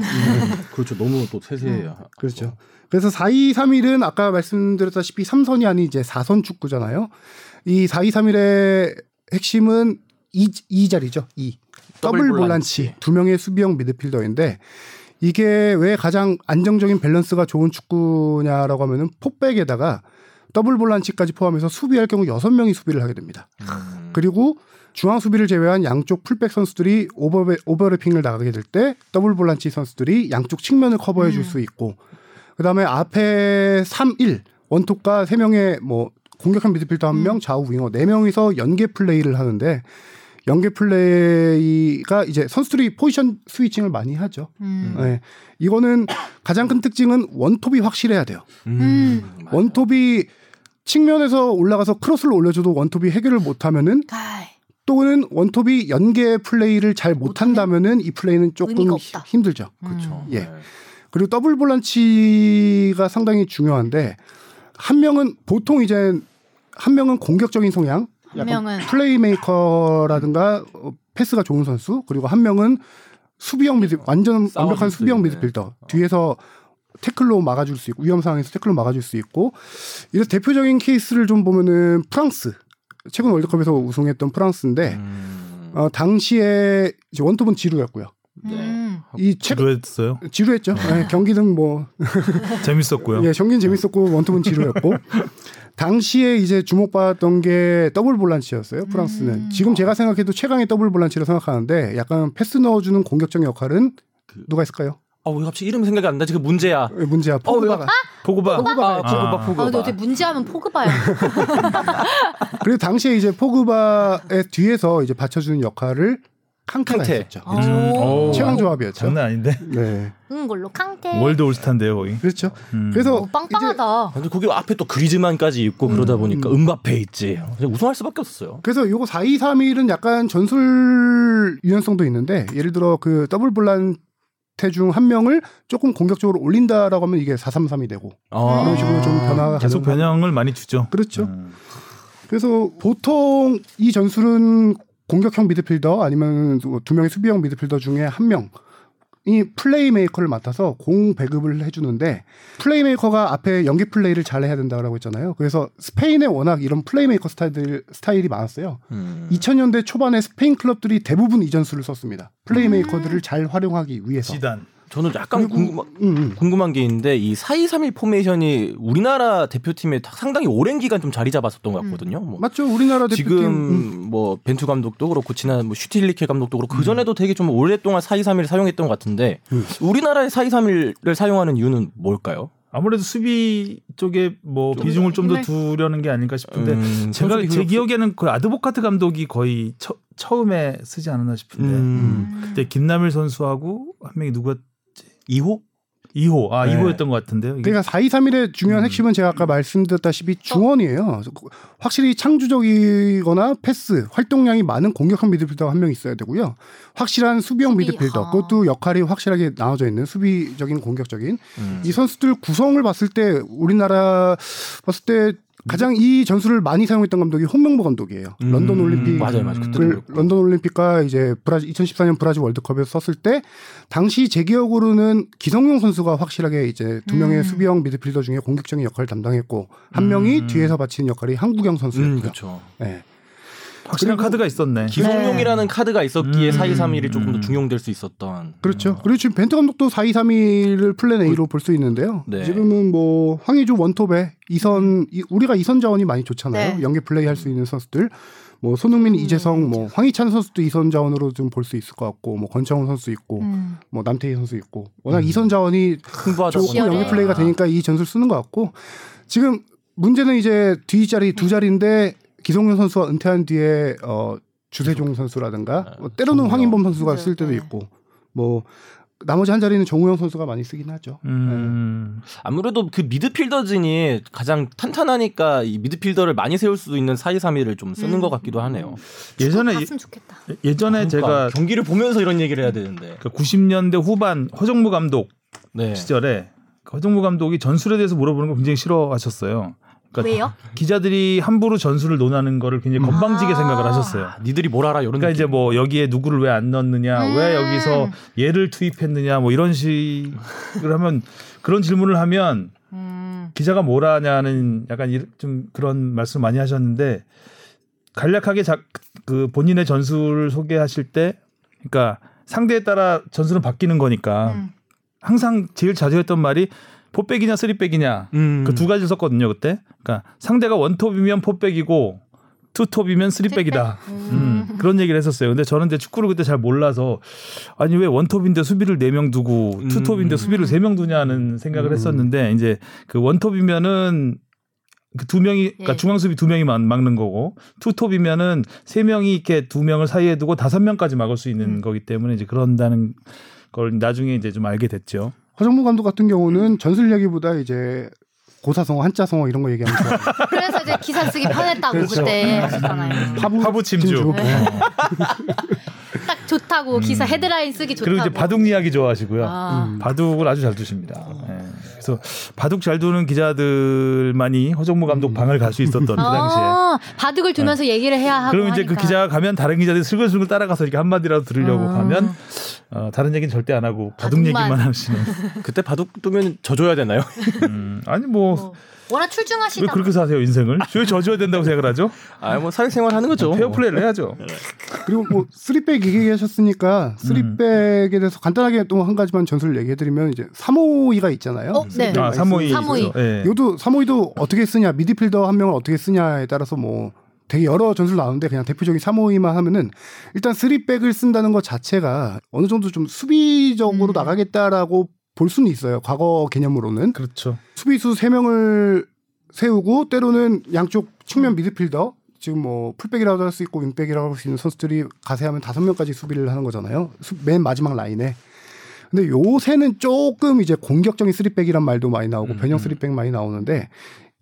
그렇죠. 너무 또 세세해요. 그렇죠. 그래서 4-2-3-1은 아까 말씀드렸다시피 3선이 아닌 이제 4선 축구잖아요. 이 4-2-3-1의 핵심은 이, 이 자리죠. 이 더블 더블 볼란치. 볼란치 두 명의 수비형 미드필더인데 이게 왜 가장 안정적인 밸런스가 좋은 축구냐라고 하면은 폭백에다가 더블 볼란치까지 포함해서 수비할 경우 6명이 수비를 하게 됩니다. 음. 그리고 중앙 수비를 제외한 양쪽 풀백 선수들이 오버베, 오버래핑을 나가게 될 때 더블 볼란치 선수들이 양쪽 측면을 커버해 음. 줄 수 있고 그다음에 앞에 3-1 원톱과 3명의 뭐 공격형 미드필더 음. 1명, 좌우 윙어 4명이서 연계 플레이를 하는데 연계 플레이가 이제 선수들이 포지션 스위칭을 많이 하죠. 음. 예. 이거는 가장 큰 특징은 원톱이 확실해야 돼요. 음. 맞아요. 원톱이 측면에서 올라가서 크로스를 올려줘도 원톱이 해결을 못하면은 가이. 또는 원톱이 연계 플레이를 잘 못한다면은 이 플레이는 의미가 조금 없다. 히- 힘들죠. 그렇죠. 예. 그리고 더블 볼란치가 상당히 중요한데 한 명은 보통 이제 한 명은 공격적인 성향, 한 약간 명은. 플레이메이커라든가 어, 패스가 좋은 선수, 그리고 한 명은 수비형 미드 완전 싸워줄 완벽한 수 수비형 있는. 미드필더 뒤에서 태클로 막아줄 수 있고 위험 상황에서 태클로 막아줄 수 있고 이래서 대표적인 케이스를 좀 보면은 프랑스 최근 월드컵에서 우승했던 프랑스인데 음. 어, 당시에 이제 원톱은 지루였고요. 네. 음. 이 최, 아, 지루했어요. 네. 지루했죠. 네, 경기 등뭐 재밌었고요. 예, 경기는 재밌었고 (laughs) 원톱은 지루였고 당시에 이제 주목받았던 게 더블 볼란치였어요. 프랑스는 음. 지금 제가 생각해도 최강의 더블 볼란치로 생각하는데 약간 패스 넣어주는 공격적 역할은 그 누가 있을까요? 예, 아, 왜 갑자기 이름 생각이 안 나? 지금 문제야. 문제야 어, 포그바가. 아! 포그바. 포그바, 아. 포그바, 아, 근데 포그바. 어떻게 문제하면 포그바야. 음. 그리고 당시에 이제 포그바의 뒤에서 이제 받쳐주는 역할을 칸테가 칸테. 했었죠. 아, 음, 어우, 최강 조합이었죠. 장난 아닌데. 네, 음, 응, 걸로 캉테. 월드 올스타인데요, 거기. 그렇죠. 음. 네. 그래서 어, 빵빵하다. 근데 거기 앞에 또 그리즈만까지 있고 그러다 보니까 음바페 있지. 우승할 수밖에 없었어요. 그래서 요거 4231은 약간 전술 유연성도 있는데 예를 들어 그 더블 볼란테 중 한 명을 조금 공격적으로 올린다라고 하면 이게 433이 되고 아. 그런 식으로 좀 변화가 계속 가능한- 변형을 많이 주죠. 그렇죠. 음. 그래서 보통 이 전술은 공격형 미드필더 아니면 뭐 두 명의 수비형 미드필더 중에 한 명이 플레이메이커를 맡아서 공 배급을 해주는데 플레이메이커가 앞에 연기 플레이를 잘 해야 된다고 했잖아요. 그래서 스페인에 워낙 이런 플레이메이커 스타일, 스타일이 많았어요. 음. 2000년대 초반에 스페인 클럽들이 대부분 이 전술을 썼습니다. 플레이메이커들을 잘 활용하기 위해서. 지단. 저는 약간 궁금한 음, 음. 궁금한 게 있는데 이 4231 포메이션이 우리나라 대표팀에 다- 상당히 오랜 기간 좀 자리 잡았었던 것 같거든요. 뭐 맞죠? 우리나라 대표팀 지금 음. 뭐 벤투 감독도 그렇고 지난 뭐 슈틸리케 감독도 그렇고 그 전에도 되게 좀 오랫동안 4231을 사용했던 것 같은데 음. 우리나라의 4231을 사용하는 이유는 뭘까요? 아무래도 수비 쪽에 뭐 비중을 좀 더 힘을- 두려는 게 아닐까 싶은데 음, 제가 선수들이 제 그렇- 기억에는 그 아드보카트 감독이 거의 처, 처음에 쓰지 않았나 싶은데 음, 그때 김남일 선수하고 한 명이 누가 2호? 2호 아 네. 2호였던 것 같은데요. 이게. 그러니까 4.23일의 중요한 음. 핵심은 제가 아까 말씀드렸다시피 중원이에요. 확실히 창조적이거나 패스, 활동량이 많은 공격형 미드필더가 한 명 있어야 되고요. 확실한 수비형 수비, 미드필더, 아. 그것도 역할이 확실하게 나눠져 있는 수비적인 공격적인 이 선수들 구성을 봤을 때 우리나라 봤을 때 가장 이 전술을 많이 사용했던 감독이 홍명보 감독이에요. 음, 런던 올림픽 맞아요, 맞아요. 네, 그때도 을 그렇고. 런던 올림픽과 이제 브라질 2014년 브라질 월드컵에서 썼을 때 당시 제 기억으로는 기성용 선수가 확실하게 이제 두 명의 음. 수비형 미드필더 중에 공격적인 역할을 담당했고 한 명이 음. 뒤에서 바치는 역할이 한국영 선수였고요. 음, 그렇죠. 예. 확실한 그리고- 카드가 있었네. 기성용이라는 카드가 있었기에 음. 4231이 조금 더 음. 중용될 수 있었던. 그렇죠. 그리고 지금 벤투 감독도 4231을 플랜 A로 볼 수 있는데요. 네. 지금은 뭐 황의조 원톱에 이선 이- 우리가 이선 자원이 많이 좋잖아요. 네. 연계 플레이 할 수 있는 선수들 뭐 음, 손흥민, 이재성, 뭐 황희찬 선수도 이선 자원으로 좀 볼 수 있을 것 같고 뭐 권창훈 선수 있고 음. 뭐 남태희 선수 있고 워낙 이선 자원이 승부하다 조금 지열해. 연계 플레이가 되니까 이 전술 쓰는 것 같고 지금 문제는 이제 뒷자리 음. 두 자리인데 기성용 선수가 은퇴한 뒤에 어 주세종 선수라든가 뭐 때로는 정우영. 황인범 선수가 맞아요. 쓸 때도 네. 있고 뭐 나머지 한 자리는 정우영 선수가 많이 쓰긴 하죠. 음. 아무래도 그 미드필더진이 가장 탄탄하니까 이 미드필더를 많이 세울 수도 있는 4231을 좀 쓰는 음. 것 같기도 하네요. 그 예전에 갔으면 좋겠다. 예- 예전에 그러니까 제가 그 경기를 보면서 이런 얘기를 해야 되는데. 90년대 후반 허정무 감독 네. 시절에 그 허정무 감독이 전술에 대해서 물어보는 걸 굉장히 싫어하셨어요. 그러니까 왜요? 기자들이 함부로 전술을 논하는 거를 굉장히 건방지게 아. 생각을 하셨어요. 아, 니들이 뭘 알아 이런 그러니까 이제 뭐 여기에 누구를 왜 안 넣느냐, 음. 왜 여기서 얘를 투입했느냐, 뭐 이런 식을 하면 그런 질문을 하면 음. 기자가 뭘 하냐는 약간 이- 좀 그런 말씀 을 많이 하셨는데 간략하게 자, 그 본인의 전술을 소개하실 때, 그러니까 상대에 따라 전술은 바뀌는 거니까 음. 항상 제일 자주 했던 말이 포백이냐 쓰리백이냐 음. 그 두 가지를 썼거든요 그때. 그러니까 상대가 원톱이면 포백이고 투톱이면 쓰리백이다. 음, 그런 얘기를 했었어요. 근데 저는 이제 축구를 그때 잘 몰라서 아니 왜 원톱인데 수비를 네 명 두고 음. 투톱인데 수비를 세 명 두냐는 생각을 했었는데 이제 그 원톱이면은 그 두 명이 그러니까 예. 중앙 수비 두 명이 막- 막는 거고 투톱이면은 세 명이 이렇게 두 명을 사이에 두고 다섯 명까지 막을 수 있는 음. 거기 때문에 이제 그런다는 걸 나중에 이제 좀 알게 됐죠. 허정무 감독 같은 음. 경우는 전술 얘기보다 이제 고사성어, 한자성어 이런 거 얘기하면 좋아요. 그래서 이제 기사 쓰기 편했다고 그렇죠. 그때 음. 하셨잖아요. 파부, 파부 침주. 네. 딱 음. 좋다고 기사 헤드라인 쓰기 음. 좋다고. 그리고 이제 바둑 이야기 좋아하시고요. 아. 어. 바둑을 아주 잘 두십니다. 예. 그래서 바둑 잘 두는 기자들만이 허정무 감독 방을 갈 수 있었던 그 당시에. 네. 아, 바둑을 두면서 얘기를 해야 하고. 그럼 이제 그 하니까. 기자가 가면 다른 기자들이 슬글슬글 따라가서 이렇게 한마디라도 들으려고 음. 가면 어, 다른 얘기는 절대 안 하고 바둑 바둑만. 얘기만 (laughs) 하시는. 그때 바둑 두면 져줘야 되나요? 음, 아니 뭐 왜 어. 워낙 출중하시다. 그렇게 사세요 인생을? 왜 져줘야 된다고 생각을 하죠? (laughs) 아 뭐 사회생활 하는 거죠. 페어플레이를 해야죠. 그리고 뭐 쓰리백 음. 얘기하셨으니까 쓰리백에 대해서 간단하게 또 한 가지만 전술을 얘기해드리면 이제 352가 있잖아요. 어, 네. 아 삼오이. 삼오이. 있죠. 예. 요도 352도 어떻게 쓰냐 미드필더 한 명을 어떻게 쓰냐에 따라서 뭐 되게 여러 전술 나오는데 그냥 대표적인 352만 하면은 일단 쓰리백을 쓴다는 것 자체가 어느 정도 좀 수비적으로 음. 나가겠다라고 볼 수는 있어요. 과거 개념으로는 그렇죠. 수비수 세명을 세우고 때로는 양쪽 측면 미드필더 지금 뭐 풀백이라고 할 수 있고 윙백이라고 할 수 있는 선수들이 가세하면 다섯 명까지 수비를 하는 거잖아요. 수- 맨 마지막 라인에. 근데 요새는 조금 이제 공격적인 쓰리백이란 말도 많이 나오고 변형 쓰리백 많이 나오는데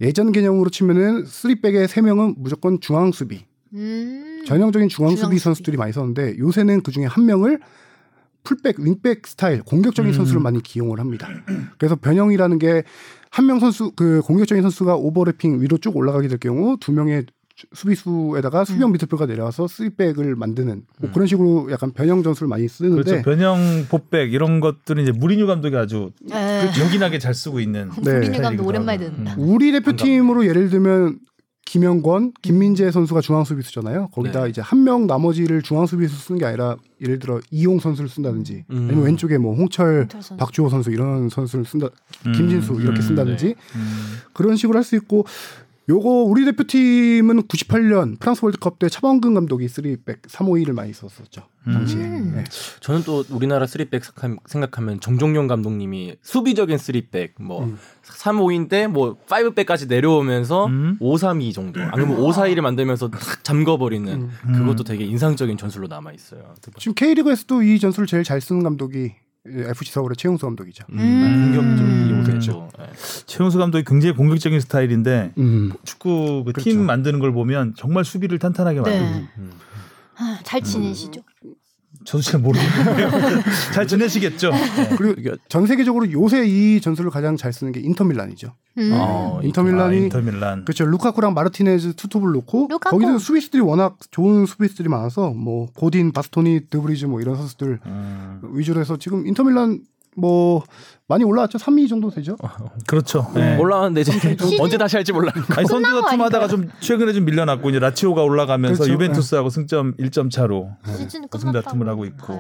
예전 개념으로 치면은 쓰리백의 세명은 무조건 중앙 수비. 음. 전형적인 중앙 수비 중앙수비. 선수들이 많이 썼는데 요새는 그 중에 한 명을 풀백, 윙백 스타일 음. 공격적인 선수를 많이 기용을 합니다. 그래서 변형이라는 게 한 명 선수 그 공격적인 선수가 오버래핑 위로 쭉 올라가게 될 경우 두 명의 주- 수비수에다가 수비형 음. 미드필더가 내려와서 쓰리백을 만드는 뭐 그런 식으로 약간 변형 전술을 많이 쓰는데 음. 그렇죠. 변형 포백 이런 것들은 이제 무리뉴 감독이 아주 에. 요긴하게 잘 쓰고 있는. 네. 우리는 네. 감도 스타일이기도 예. 음. 오랜만에 하고. 듣는다. 우리 대표팀으로 예를 들면 음. 김영권, 김민재 선수가 중앙 수비수잖아요. 네. 거기다 이제 한 명 나머지를 중앙 수비수 쓰는 게 아니라 예를 들어 이용 선수를 쓴다든지 음. 아니면 왼쪽에 뭐 홍철, 홍철 선수. 박주호 선수 이런 선수를 쓴다, 음. 김진수 이렇게 음. 쓴다든지 음. 그런 식으로 할 수 있고 요거 우리 대표팀은 98년 프랑스 월드컵 때 차범근 감독이 3백 352를 많이 썼었죠 음. 당시에 네. 저는 또 우리나라 쓰리백 생각하- 생각하면 정종용 감독님이 수비적인 쓰리백 뭐 3-5인데 뭐 5백까지 내려오면서 음. 5-3-2 정도 아니면 5-4-1을 만들면서 탁 잠궈버리는 그것도 되게 인상적인 전술로 남아 있어요. 지금 K리그에서도 이 전술을 제일 잘 쓰는 감독이 FC 서울의 최용수 감독이죠. 음. 공격적인 요새죠. 최용수 감독이 굉장히 공격적인 스타일인데 음. 축구 그 팀 그렇죠. 만드는 걸 보면 정말 수비를 탄탄하게 만드는. 네. 아, 잘 지내시죠? 음. 저도 잘 모르겠네요. (laughs) 잘 지내시겠죠. 그리고 전 세계적으로 요새 이 전술을 가장 잘 쓰는 게 인터밀란이죠. 음. 어, 인터밀란이 아, 어, 인터밀란. 그렇죠. 루카쿠랑 마르티네즈 투톱을 놓고 루카쿠. 거기는 수비수들이 워낙 좋은 수비수들이 많아서 뭐 고딘, 바스토니, 드브리즈 뭐 이런 선수들 음, 위주로 해서 지금 인터밀란 뭐 많이 올라왔죠. 3위 정도 되죠. 그렇죠. 네. 올라왔는데 이제 (laughs) 언제 다시 할지 몰라. 아니 선두가 틈하다가 좀 최근에 좀 밀려났고 이제 라치오가 올라가면서 그렇죠. 유벤투스하고 승점 1점 차로 시즌 우승 끝났다. 다툼을 하고 있고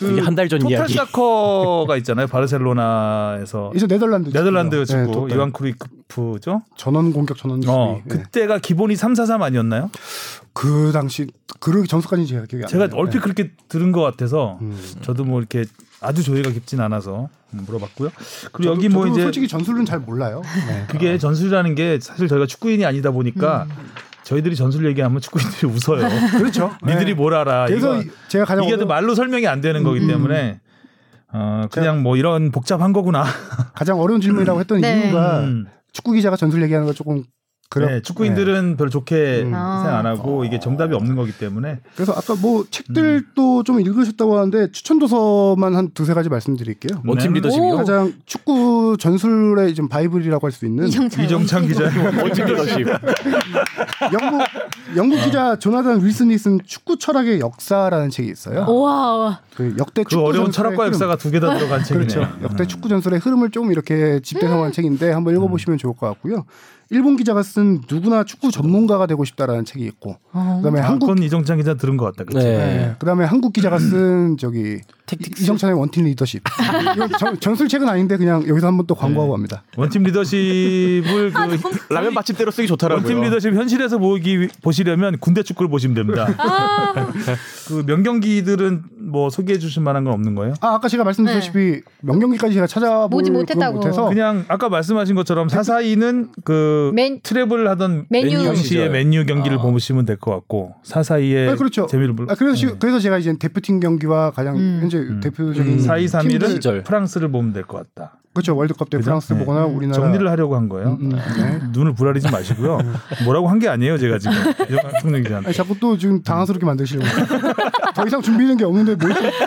이게 한달전 토탈 이야기. 사커가 있잖아요. 바르셀로나에서 이제 네덜란드 네덜란드 축구죠. 네, 축구 토탈. 이완 크루이크프죠. 전원 공격 전원 수비. 어, 네. 그때가 기본이 3-4-3 아니었나요? 그, 당시 그렇게 점수까지 제가 기억이 안 제가 나요. 얼핏 네. 그렇게 들은 것 같아서 음. 저도 뭐 이렇게 아주 조회가 깊진 않아서 음, 물어봤고요. 그리고 저도- 여기 뭐 저도 이제 솔직히 전술은 잘 몰라요. 네. 그게 전술이라는 게 사실 저희가 축구인이 아니다 보니까 저희들이 전술 얘기하면 축구인들이 웃어요. 그렇죠. (laughs) 네. 니들이 뭘 알아? 그래서 이거- 제가 가장 네. 이게 또 어려운, 말로 설명이 안 되는 거기 음. 때문에 어, 그냥 뭐 이런 복잡한 거구나. 가장 어려운 질문이라고 했던 네. 이유가 음. 축구 기자가 전술 얘기하는 거 조금 아, 그런 네, 축구인들은 별로 좋게 음. 생각 안 하고 이게 정답이 없는 거기 때문에 그래서 아까 뭐 책들도 좀 읽으셨다고 하는데 추천 도서만 한 두세 가지 말씀드릴게요. 뭐 원팀 네. 리더십이요. 가장 축구 전술의 좀 바이블이라고 할 수 있는 이정찬. 이정찬 그 기자 원팀 리더십. 영국 아. 영국 기자 조나단 윌슨이 쓴 축구 철학의 역사라는 책이 있어요. 우와. 그 역대 그 축구 어려운 전술의 철학과 흐름. 역사가 두 개 다 들어간 그렇죠. 책이네요. 음. 역대 축구 전술의 흐름을 좀 이렇게 음. 집대성한 책인데 한번 읽어보시면 좋을 것 같고요. 일본 기자가 쓴 누구나 축구 전문가가 되고 싶다라는 책이 있고, 어. 그다음에 아, 한국 그건 이정찬 기자 들은 것 같다. 그치? 네. 네. 그다음에 (clears throat) 한국 기자가 쓴 저기 이정찬의 원팀 리더십. 이거 전- 전술책은 아닌데 그냥 여기서 한번 또 네. 광고하고 갑니다. 원팀 리더십을 아, 그 라면 받침대로 쓰기 좋더라고요. 원팀 리더십 현실에서 보기 위- 보시려면 군대 축구를 (laughs) 보시면 됩니다. 아. 그 명경기들은 뭐 소개해 주실 만한 건 없는 거예요? 아 아까 제가 네. 말씀드렸다시피 명경기까지 제가 찾아보지 뭐지 못했다고. 못해서 그냥 아까 말씀하신 것처럼 사사이는 그 맨- 트래블 하던 그 맨유. 당시의 맨유 아. 경기를 보시면 될 것 같고 사사이의 아, 그렇죠. 네, 재미를 네. 불러. 아, 그래서 시- 그래서 제가 이제 대표팀 경기와 가장 현재 대표적인 음. 팀들 4-2-3-1은 시절. 프랑스를 보면 될 것 같다. 그렇죠. 월드컵 때 그죠? 프랑스 네. 보거나 우리나라 정리를 하려고 한 거예요. 음, 음, 네. 눈을 부라리지 마시고요. 뭐라고 한 게 아니에요, 제가 (laughs) 지금. 이정환 총리 기자한테. 아니, 자꾸 또 지금 (laughs) 당황스럽게 만드시려고. 더 이상 준비된 게 없는데 뭘 (laughs)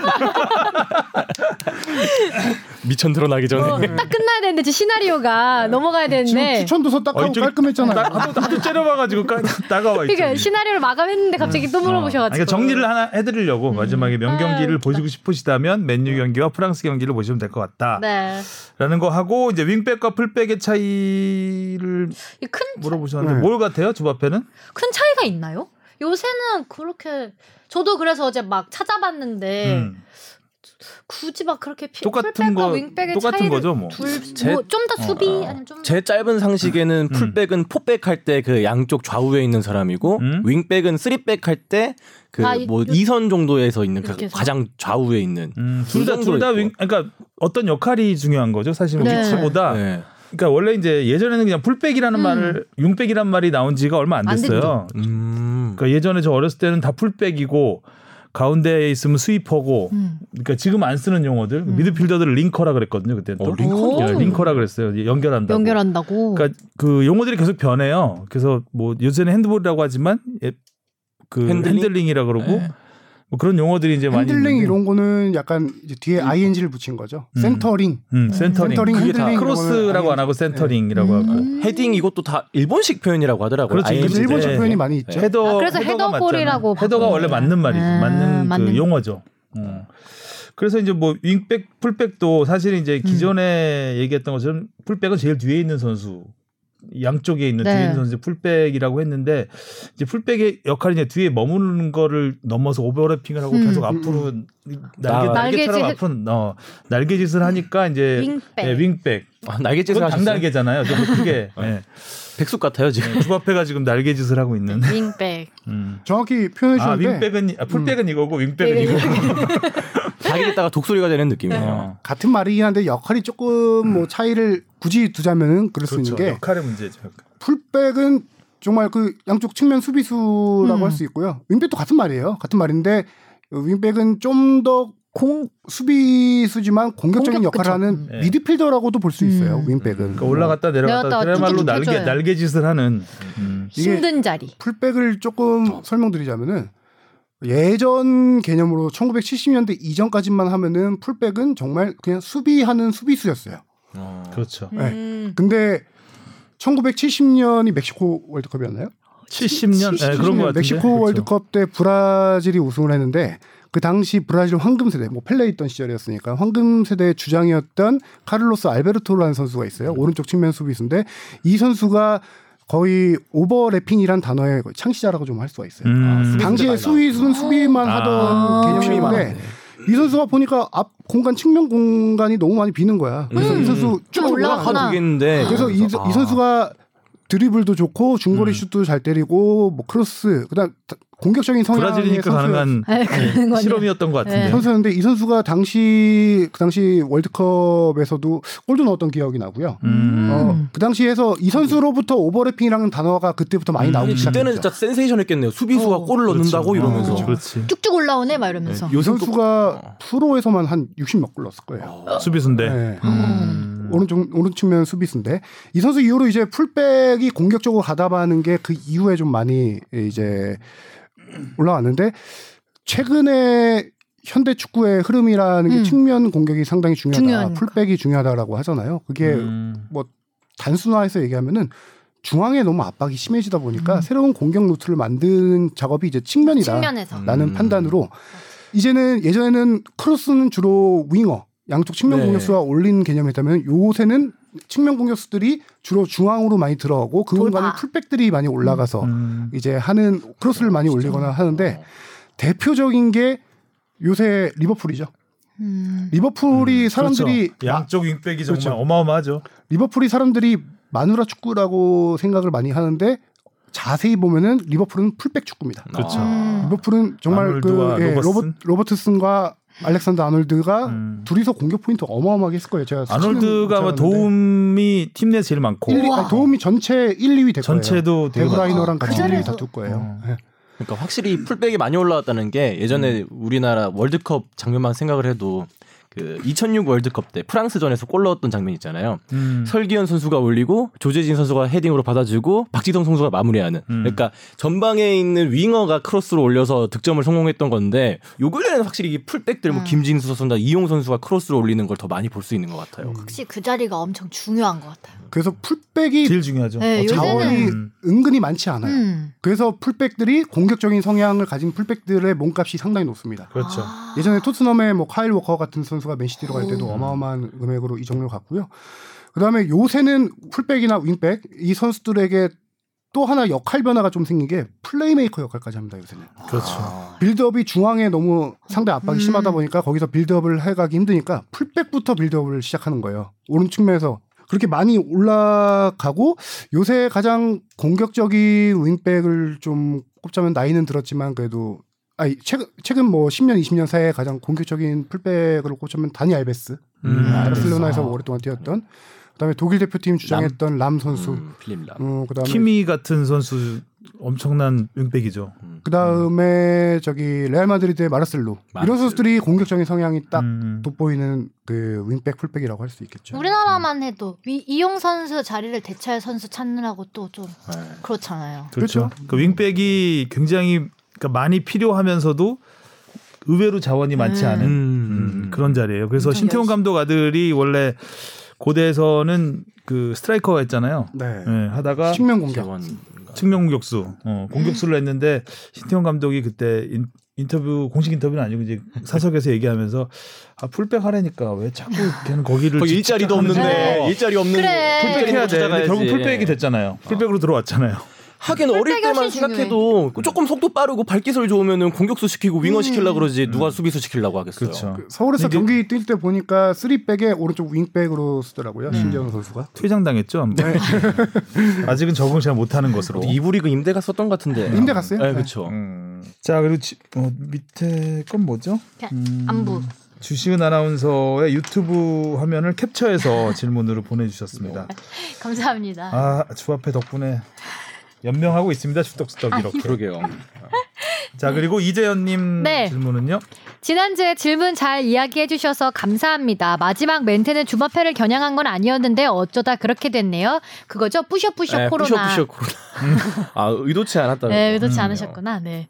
미천 드러나기 전에 딱 끝나야 되는데 지 네. 시나리오가 넘어가야 지금 되는데 추천 도서 딱 하고 어, 이쪽이- 깔끔했잖아요. 나- 하도, 하도 째려봐가지고 까- 따가워. 그러니까 이쪽이. 시나리오를 마감했는데 갑자기 또 물어보셔가지고 음. 그러니까 정리를 하나 해드리려고 마지막에 명 경기를 아유, 보시고 싶으시다면 맨유 경기와 프랑스 경기를 보시면 될 것 같다라는 네. 거 하고 이제 윙백과 풀백의 차이를 이큰 물어보셨는데 네. 뭘 같아요 두 앞에는? 큰 차이가 있나요? 요새는 그렇게 저도 그래서 어제 막 찾아봤는데 음. 굳이 막 그렇게 피, 똑같은 풀백과 거- 윙백의 똑같은 차이를 거죠, 뭐. 어. 제- 둘뭐좀더 수비 아니면 좀 (laughs) 제 짧은 상식에는 음. 풀백은 포백 할 때 그 양쪽 좌우에 있는 사람이고 음. 윙백은 쓰리백 할 때 그 아, 뭐 이- 요- 2선 정도에서 있는 그 이렇게 해서. 가장 좌우에 있는 음, 둘다 둘 다 윙, 그러니까 어떤 역할이 중요한 거죠 사실은 네. 위치보다. 네. 그러니까 원래 이제 예전에는 그냥 풀백이라는 음. 말을 융백이란 말이 나온 지가 얼마 안 안 됐어요. 음. 그러니까 예전에 저 어렸을 때는 다 풀백이고 가운데에 있으면 스위퍼고 음. 그러니까 지금 안 쓰는 용어들 미드필더들을 링커라 그랬거든요 그때 또 어, 링커? 예, 링커라 그랬어요 연결한다 연결한다고 그러니까 그 용어들이 계속 변해요 그래서 뭐 요새는 핸드볼이라고 하지만 예, 그 핸들링? 핸들링? 이라 그러고 뭐 그런 용어들이 이제 많이 핸들링 있는데. 이런 거는 약간 이제 뒤에 ING를 붙인 거죠. 음. 센터링. 음, 센터링, 센터링, 그게 다 핸들링 이런 크로스라고 거는 안 하고 센터링이라고 네. 하고 음. 헤딩 이것도 다 일본식 표현이라고 하더라고요. 그렇지, ING. 그래서 네. 일본식 네. 표현이 많이 있죠. 네. 헤더 아, 그래서 헤더가 헤더볼이라고 맞잖아요. 바꾸는 헤더가 원래 거예요. 맞는 말이 아, 맞는, 맞는 그 용어죠. 어. 그래서 이제 뭐 윙백 풀백도 사실 이제 음. 기존에 얘기했던 것처럼 풀백은 제일 뒤에 있는 선수 양쪽에 있는 네. 뒤에 있는 선수 풀백이라고 했는데 이제 풀백의 역할이 이제 뒤에 머무는 거를 넘어서 오버래핑을 하고 음. 계속 앞으로 날개 나- 날개처럼 날개짓- 앞은 어, 날개짓을 하니까 이제 윙백. 예, 윙백 아, 날개짓을 그건 하셨어요. 네. 당날개잖아요. 좀 그게 (laughs) 예. 백숙 같아요 지금. 주 앞에가 지금 날개짓을 하고 있는. (laughs) 윙백 음. 정확히 표현해 아 주는데 윙백은 아, 풀백은 이거고 윙백은 네, 이거고. 자기겠다가 독소리가 되는 느낌이에요. 어. 같은 말이긴 한데 역할이 조금 뭐 차이를 굳이 두자면은 그럴 음. 수 그렇죠. 있는 게 역할의 문제죠. 풀백은 정말 그 양쪽 측면 수비수라고 음. 할 수 있고요. 윙백도 같은 말이에요. 같은 말인데 어, 윙백은 좀 더 공 수비수지만 공격적인 공격, 역할을 그쵸. 하는 네. 미드필더라고도 볼 수 있어요. 음. 윙백은 그러니까 올라갔다 내려갔다 내려갔다 그야말로 뚝뚝 날개 펴줘요. 날개짓을 하는. 음. 이게- 힘든 자리 풀백을 조금 설명드리자면은 예전 개념으로 1970년대 이전까지만 하면은 풀백은 정말 그냥 수비하는 수비수였어요. 어. 그렇죠. 네. 음. 근데 1970년이 멕시코 월드컵이었나요? 70년 예, 그런 거 같은데. 멕시코 그렇죠. 월드컵 때 브라질이 우승을 했는데 그 당시 브라질 황금 세대, 뭐 펠레 있던 시절이었으니까 황금 세대의 주장이었던 카를로스 알베르토라는 선수가 있어요. 오른쪽 측면 수비수인데 이 선수가 거의 오버래핑이란 단어의 거의 창시자라고 좀 할 수가 있어요. 음. 당시에 수비수는 수비만 아. 하던 힘이 개념인데 많았네. 이 선수가 보니까 앞 공간 측면 공간이 너무 많이 비는 거야. 그래서 음. 이 선수 쭉 좀 올라가서 네, 올라가거나. 모르겠는데. 아, 그래서 이, 아. 이 선수가 드리블도 좋고 중거리 슛도 잘 때리고 뭐 크로스 그다음 다- 공격적인 성향의 브라질이니까 선수 가능한 예, 아, 그런 거네. 실험이었던 네. 것 같은데. 예, 선수였는데 이 선수가 당시 그 당시 월드컵에서도 골도 넣었던 기억이 나고요. 음. 어, 그 당시에서 이 선수로부터 오버래핑이라는 단어가 그때부터 아, 음. 많이 나오기 시작했죠. 그때는 진짜 센세이션했겠네요. 수비수가 어. 골을 넣는다고 그렇죠. 이러면서. 어, 그렇지. 쭉쭉 올라오네 막 이러면서 이 선수가 프로에서만 한 60몇 골 넣었을 거예요. 아. 수비수인데. 네. 음. 오른쪽 오른 측면 수비수인데 이 선수 이후로 이제 풀백이 공격적으로 가담하는 게 그 이후에 좀 많이 이제 올라왔는데 최근에 현대 축구의 흐름이라는 게 음. 측면 공격이 상당히 중요하다. 중요하니까. 풀백이 중요하다라고 하잖아요. 그게 음. 단순화해서 얘기하면은 중앙에 너무 압박이 심해지다 보니까 새로운 공격 루트를 만드는 작업이 이제 음. 측면이다. 측면에서 음. 라는 판단으로 이제는 예전에는 크로스는 주로 윙어 양쪽 측면 네. 공격수가 올린 개념이었다면 요새는 측면 공격수들이 주로 중앙으로 많이 들어가고 그 돌파. 공간에 풀백들이 많이 올라가서 음. 이제 하는 크로스를 많이 올리거나 네. 하는데 대표적인 게 요새 리버풀이죠. 음. 리버풀이 사람들이 그렇죠. 양쪽 윙백이 정말 그렇죠. 어마어마하죠. 리버풀이 사람들이 마누라 축구라고 생각을 많이 하는데 자세히 보면은 리버풀은 풀백 축구입니다. 그렇죠. 음. 리버풀은 정말 그 아놀드와 예, 로버트슨? 로버, 트슨과 알렉산더 아놀드가 음. 둘이서 공격 포인트 어마어마하게 했을 거예요. 제가 수치는 아놀드가 아마 못 찾았는데. 도움이 팀 내 제일 많고 일, 아니, 도움이 전체 1, 2위 될 거예요. 전체도 되게 데브라이너랑 많다. 같이 그 1위 자리에서- 다툴 거예요. 어. 예. 그러니까 음. 확실히 풀백이 많이 올라왔다는 게 예전에 우리나라 월드컵 장면만 생각을 해도 그 2006 월드컵 때 프랑스전에서 골 넣었던 장면 있잖아요. 음. 설기현 선수가 올리고 조재진 선수가 헤딩으로 받아주고 박지성 선수가 마무리하는. 음. 그러니까 전방에 있는 윙어가 크로스로 올려서 득점을 성공했던 건데 요 근래는 확실히 이 풀백들 음. 뭐 김진수 선수나 이용 선수가 크로스로 올리는 걸 더 많이 볼 수 있는 것 같아요. 혹시 그 자리가 엄청 중요한 것 같아요. 그래서 풀백이 제일 중요하죠. 네, 어차피. 자원이 요새는 음. 은근히 많지 않아요. 음. 그래서 풀백들이 공격적인 성향을 가진 풀백들의 몸값이 상당히 높습니다. 그렇죠. 아. 예전에 토트넘의 뭐 카일 워커 같은 선수가 맨시티로 갈 때도 어마어마한 금액으로 이적료 갔고요. 그다음에 요새는 풀백이나 윙백 이 선수들에게 또 하나 역할 변화가 좀 생긴 게 플레이메이커 역할까지 합니다 요새는. 그렇죠. 빌드업이 중앙에 너무 상대 압박이 음. 심하다 보니까 거기서 빌드업을 해가기 힘드니까 풀백부터 빌드업을 시작하는 거예요. 오른 측면에서 그렇게 많이 올라가고 요새 가장 공격적인 윙백을 좀 꼽자면 나이는 들었지만 그래도 아니 최근 최근 뭐 10년 20년 사이에 가장 공격적인 풀백으로 꼽자면 다니 알베스 음. 아. 바르셀로나에서 오랫동안 뛰었던 그다음에 독일 대표팀 주장했던 람, 선수 음, 필립 람. 어, 그다음에 키미 같은 선수 엄청난 윙백이죠. 음. 그다음에 저기 레알 마드리드의 마르셀로 마르셀로. 이런 선수들이 공격적인 성향이 딱 음. 돋보이는 그 윙백 풀백이라고 할 수 있겠죠. 우리나라만 해도 이, 이용 선수 자리를 대체할 선수 찾느라고 또 좀 네. 그렇잖아요. 그렇죠. 그 윙백이 굉장히 그러니까 많이 필요하면서도 의외로 자원이 많지 음. 않은 음, 그런 자리예요. 그래서 엄청 신태용 열심- 감독 아들이 원래 고대에서는 그 스트라이커가 했잖아요. 네. 예, 하다가 측면 공격. 재원 측면 공격수, 어, 공격수를 했는데 신태용 감독이 그때 인, 인터뷰 공식 인터뷰는 아니고 이제 사석에서 얘기하면서 아 풀백 하라니까 왜 자꾸 걔는 거기를 거기 집- 뭐 일자리도 집착하는지. 없는데 일자리 없는 그래. 풀백이 네. 풀백해야 돼. 근데 찾아가야지. 네. 결국 풀백이 됐잖아요. 풀백으로 들어왔잖아요. 하긴 어릴 풀백이 때만 훨씬 생각해도 조금 속도 빠르고 발기술 좋으면은 공격수 시키고 윙어 시키려고 그러지 누가 수비수 시키려고 하겠어요. 그렇죠. 그 서울에서 이게- 경기 뛸 때 보니까 쓰리백에 오른쪽 윙백으로 쓰더라고요. 음. 신재영 선수가. 퇴장당했죠. 한번. (laughs) 아직은 적응 잘 못하는 것으로. 이부리그 임대가 썼던 것 같은데. 임대 갔어요? 네, 네. 그렇죠. 음. 자 그리고 지- 어, 밑에 건 뭐죠? 음. 안부. (laughs) 주시은 아나운서의 유튜브 화면을 캡처해서 질문으로 보내주셨습니다. 감사합니다. 아 주합회 덕분에 연명하고 있습니다. 축덕수덕 이렇게. 그러게요. 자 그리고 이재현님 네. 질문은요. 지난주에 질문 잘 이야기해 주셔서 감사합니다. 마지막 멘트는 주마패를 겨냥한 건 아니었는데 어쩌다 그렇게 됐네요. 그거죠? 뿌셔뿌셔 네, 코로나. 부셔, 부셔 코로나. 아 의도치 않았다. 네, 의도치 음. 않으셨구나. 네.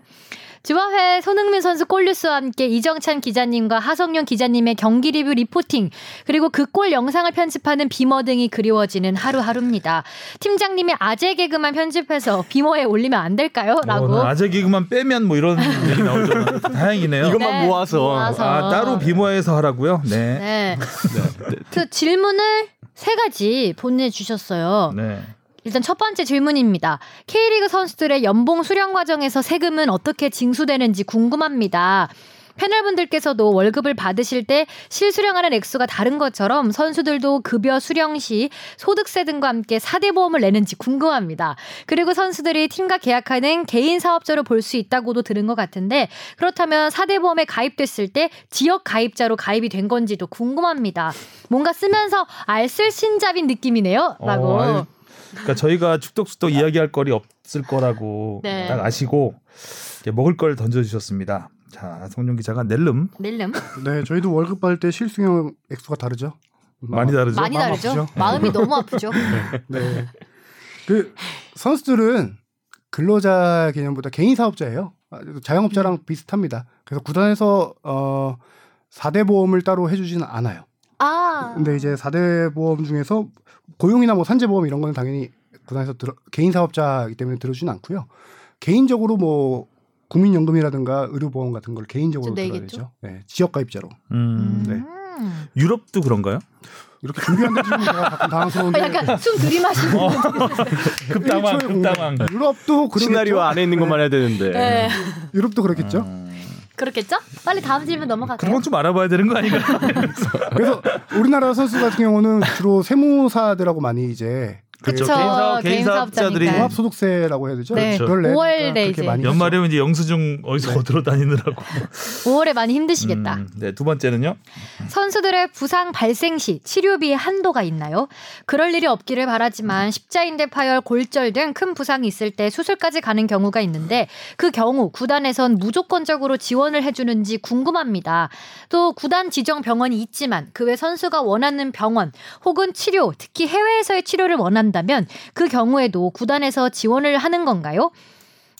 주화회 손흥민 선수 골뉴스와 함께 이정찬 기자님과 하성룡 기자님의 경기 리뷰 리포팅 그리고 그 골 영상을 편집하는 비머 등이 그리워지는 하루하루입니다. 팀장님이 아재 개그만 편집해서 비머에 올리면 안 될까요? 라고. 어, 아재 기그만 빼면 뭐 이런 얘기 나오죠. 다행이네요. 이것만 네, 모아서. 모아서. 아 따로 비모에서 하라고요. 네. 네. 그 질문을 세 가지 보내주셨어요. 네. 일단 첫 번째 질문입니다. K리그 선수들의 연봉 수령 과정에서 세금은 어떻게 징수되는지 궁금합니다. 패널분들께서도 월급을 받으실 때 실수령하는 액수가 다른 것처럼 선수들도 급여 수령 시 소득세 등과 함께 사대 보험을 내는지 궁금합니다. 그리고 선수들이 팀과 계약하는 개인 사업자로 볼 수 있다고도 들은 것 같은데 그렇다면 사대 보험에 가입됐을 때 지역 가입자로 가입이 된 건지도 궁금합니다. 뭔가 쓰면서 알쓸신잡인 느낌이네요. 라고. 어, 아니, 그러니까 저희가 축덕수덕 이야기할 거리 없을 거라고 네. 딱 아시고 이제 먹을 걸 던져주셨습니다. 자 성룡 기자가 낼름 낼름 네, 저희도 월급 받을 때 실수령 액수가 다르죠. 많이 다르죠. 많이 마음 다르죠? 아프죠? 마음이 너무 아프죠. (laughs) 네. 그 선수들은 근로자 개념보다 개인 사업자예요. 아, 네. 자영업자랑 비슷합니다. 그래서 구단에서 어 4대 보험을 따로 해주지는 않아요. 아. 근데 이제 4대 보험 중에서 고용이나 뭐 산재 보험 이런 거는 당연히 구단에서 들어, 개인 사업자이기 때문에 들어주진 않고요. 개인적으로 뭐 국민연금이라든가 의료보험 같은 걸 개인적으로 좀 들어야 내겠죠? 되죠. 네, 지역가입자로. 음, 네. 음. 유럽도 그런가요? 이렇게 준비한 데 지금 제가 가끔 어, 당황스러운데 (laughs) 약간 숨 들이마시는 (laughs) (laughs) 급당황, 일초에 공부- 급당황. 유럽도 그러겠죠. 시나리오 안에 있는 것만 해야 되는데. 네. 유럽도 그렇겠죠. 그렇겠죠? 빨리 다음 질문 그런 넘어가세요. 건 좀 알아봐야 되는 거 아닌가? 그래서 우리나라 선수 같은 경우는 주로 세무사들하고 많이 이제 그쵸. 개인사업, 개인 개인사업자들이 사업자니까요. 종합 종합소득세라고 해야 되죠. 네. 그렇죠. 덜 내니까 오월에 그렇게 이제 많이 내죠. 네. 아, 연말에 이제 영수증 어디서 얻으러 다니느라고. 5월에 많이 힘드시겠다. 음, 네, 두 번째는요. 선수들의 부상 발생 시 치료비의 한도가 있나요? 그럴 일이 없기를 바라지만 십자인대 파열, 골절 등 큰 부상이 있을 때 수술까지 가는 경우가 있는데 그 경우 구단에선 무조건적으로 지원을 해주는지 궁금합니다. 또 구단 지정 병원이 있지만 그 외 선수가 원하는 병원 혹은 치료, 특히 해외에서의 치료를 원한다면 그 경우에도 구단에서 지원을 하는 건가요?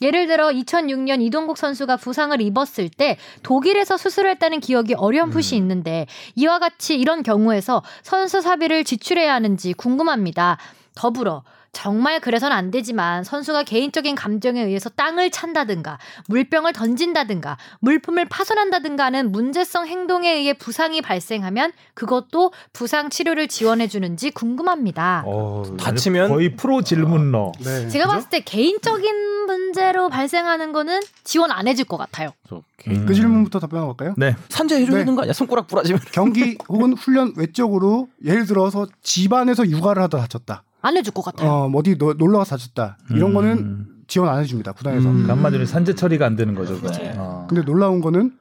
예를 들어 2006년 이동국 선수가 부상을 입었을 때 독일에서 수술했다는 기억이 어렴풋이 있는데 이와 같이 이런 경우에서 선수 사비를 지출해야 하는지 궁금합니다. 더불어 정말 그래선 안 되지만 선수가 개인적인 감정에 의해서 땅을 찬다든가 물병을 던진다든가 물품을 파손한다든가 하는 문제성 행동에 의해 부상이 발생하면 그것도 부상 치료를 지원해 주는지 아, 궁금합니다. 어, 다치면- 거의 프로 질문러. 네. 제가 봤을 때 개인적인 문제로 발생하는 거는 지원 안 해줄 것 같아요. 저 개인- 음. 그 질문부터 답변할까요? 네. 산재 해줘야 네. 되는 거 아니야? 손가락 부러지면 (laughs) 경기 혹은 훈련 외적으로 예를 들어서 집안에서 육아를 하다 다쳤다. 안 해줄 것 같아요. 어, 뭐 어디 놀- 놀러 가서 다쳤다. 이런 네. 음. 거는 지원 안 해줍니다. 구단에서. 그러니까 한마디로 산재 처리가 안 되는 거죠. 그거. 그렇죠. 어. 근데 놀라운 거는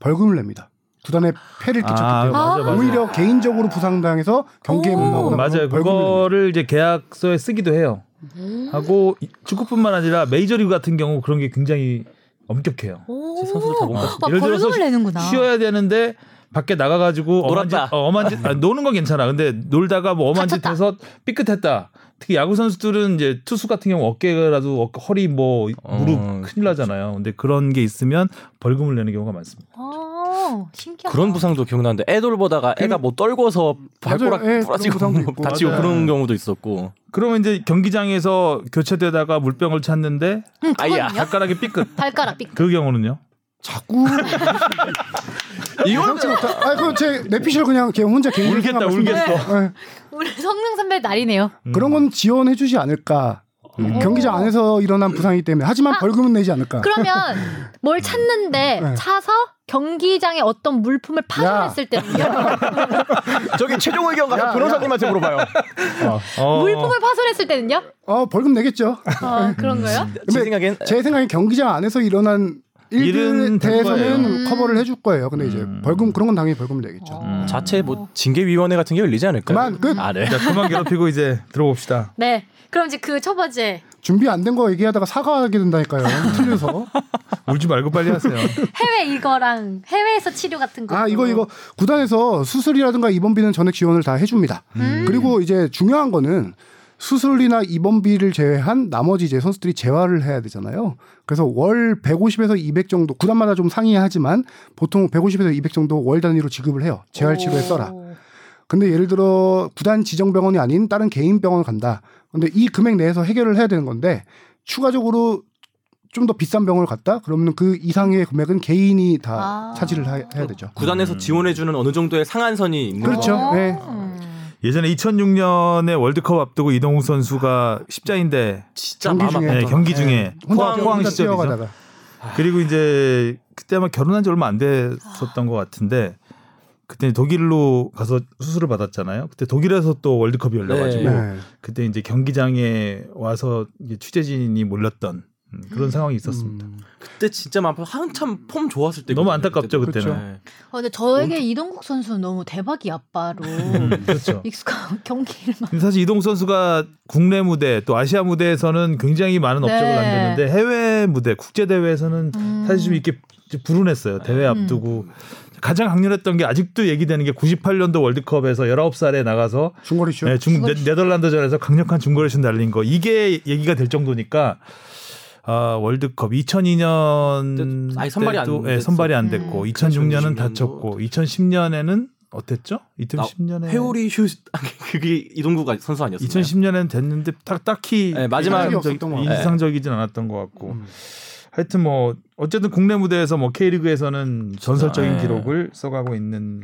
벌금을 냅니다. 구단에 폐를 끼쳤기 아, 때문에 맞아, 맞아. 오히려 개인적으로 부상당해서 경기에 오. 못 음, 나오거나 맞아요. 그러면 벌금을 냅니다. 그거를 이제 계약서에 쓰기도 해요. 하고 이- 축구뿐만 아니라 메이저리그 같은 경우 그런 게 굉장히 엄격해요. 오. 제 선수를 다못 봤어. 와, 벌금을 내는구나. 쉬어야 되는데 밖에 나가가지고 엄한 짓, 놀았다. 어, 엄한 짓 아니, 노는 건 괜찮아. 근데 놀다가 뭐 엄한 짓 다쳤다. 해서 삐끗했다. 특히 야구 선수들은 이제 투수 같은 경우 어깨라도 어깨, 허리 뭐 어, 무릎 큰일 나잖아요. 근데 그런 게 있으면 벌금을 내는 경우가 많습니다. 아, 신기하다. 그런 부상도 기억나는데 애돌 보다가 애가 뭐 떨궈서 발가락 맞아요. 예, 부러지고 그런 부상도 뭐 (laughs) 있고. 다치고 맞아요. 그런 경우도 있었고 그러면 이제 경기장에서 교체되다가 물병을 찾는데 응, 그거는요? 아이야. 발가락이 삐끗. 발가락 삑. 그 경우는요? (laughs) 자꾸 이거는 참지 못하. 아 그럼 제 내피셜 그냥 걔 혼자 개인 울겠다, 울겠어. 음. 우리 성능 선배 날이네요. 네. 그런 건 지원해주지 않을까. 경기장 안에서 일어난 부상이기 때문에 하지만 아. 벌금은 내지 않을까. 그러면 뭘 찾는데 네. 차서 경기장에 어떤 물품을 파손했을 때는요. 저기 최종 의견 가서 변호사님한테 물어봐요. 어. 물품을 파손했을 때는요. 어 벌금 내겠죠. 어, 그런 거요? 제 근데 생각엔 제 생각엔 경기장 안에서 일어난 일은 일들에 될 거예요. 대해서는 커버를 해줄 거예요. 근데 이제 음. 벌금 그런 건 당연히 벌금을 내겠죠. 어. 자체 뭐 징계위원회 같은 게 열리지 않을까요? 그만 끝. 아 네. 자, 그만 괴롭히고 이제 들어봅시다. 네. 그럼 이제 그 첫 번째 준비 안 된 거 얘기하다가 사과하게 된다니까요. (laughs) 틀려서. 울지 말고 빨리 하세요. 해외 이거랑 해외에서 치료 같은 거. 아 이거 이거 구단에서 수술이라든가 입원비는 전액 지원을 다 해줍니다. 음. 그리고 이제 중요한 거는 수술이나 입원비를 제외한 나머지 이제 선수들이 재활을 해야 되잖아요. 그래서 월 150에서 200 정도 구단마다 좀 상이하지만 보통 150에서 200 정도 월 단위로 지급을 해요. 재활 치료에 써라. 근데 예를 들어 구단 지정 병원이 아닌 다른 개인 병원 간다. 근데 이 금액 내에서 해결을 해야 되는 건데 추가적으로 좀 더 비싼 병원을 갔다. 그러면 그 이상의 금액은 개인이 다 아. 차지를 하- 해야 되죠. (laughs) 구단에서 지원해주는 어느 정도의 상한선이 있는 그렇죠. 거. 네. 음. 예전에 2006년에 월드컵 앞두고 이동욱 선수가 십자인대 진짜 경기 마음 중에. 네, 아프다. 경기 중에 혼자 포항 포항 혼자 시절이죠. 뛰어가다가 그리고 이제 그때 아마 결혼한 지 얼마 안 됐었던 것 같은데 그때 독일로 가서 수술을 받았잖아요. 그때 독일에서 또 월드컵이 열려가지고 네. 그때 이제 경기장에 와서 이제 취재진이 몰렸던 음, 그런 상황이 있었습니다. 음. 그때 진짜 마음 아파. 한참 폼 좋았을 때. 너무 안타깝죠 그때도. 그때는. 그렇죠. 네. 어, 근데 저에게 이동국 선수는 너무 대박이 아빠로 음, (laughs) 그렇죠. 익숙한 경기를 막 근데 사실 이동 선수가 국내 무대 또 아시아 무대에서는 굉장히 많은 네. 업적을 남겼는데 해외 무대 국제 대회에서는 사실 좀 이렇게 좀 불운했어요 대회 앞두고 가장 강렬했던 게 아직도 얘기되는 게 98년도 월드컵에서 19살에 나가서 중거리 슛. 네, 중, 네, 네덜란드전에서 강력한 중거리슛 날린 거 이게 얘기가 될 정도니까 아 월드컵 2002년 그때 아예 선발이 안 예, 됐어요. 선발이 안 됐고 2006년은 2006년도. 다쳤고 2010년에는 어땠죠? 네. 2010년에 회오리 (laughs) 슛 그게 이동국 선수 아니었어요? 2010년엔 됐는데 딱 딱히 네, 마지막 인상적, 없었던 것 네. 같아요. 인상적이진 않았던 것 같고 음. 하여튼 뭐 어쨌든 국내 무대에서 뭐 K리그에서는 전설적인 네. 기록을 써가고 있는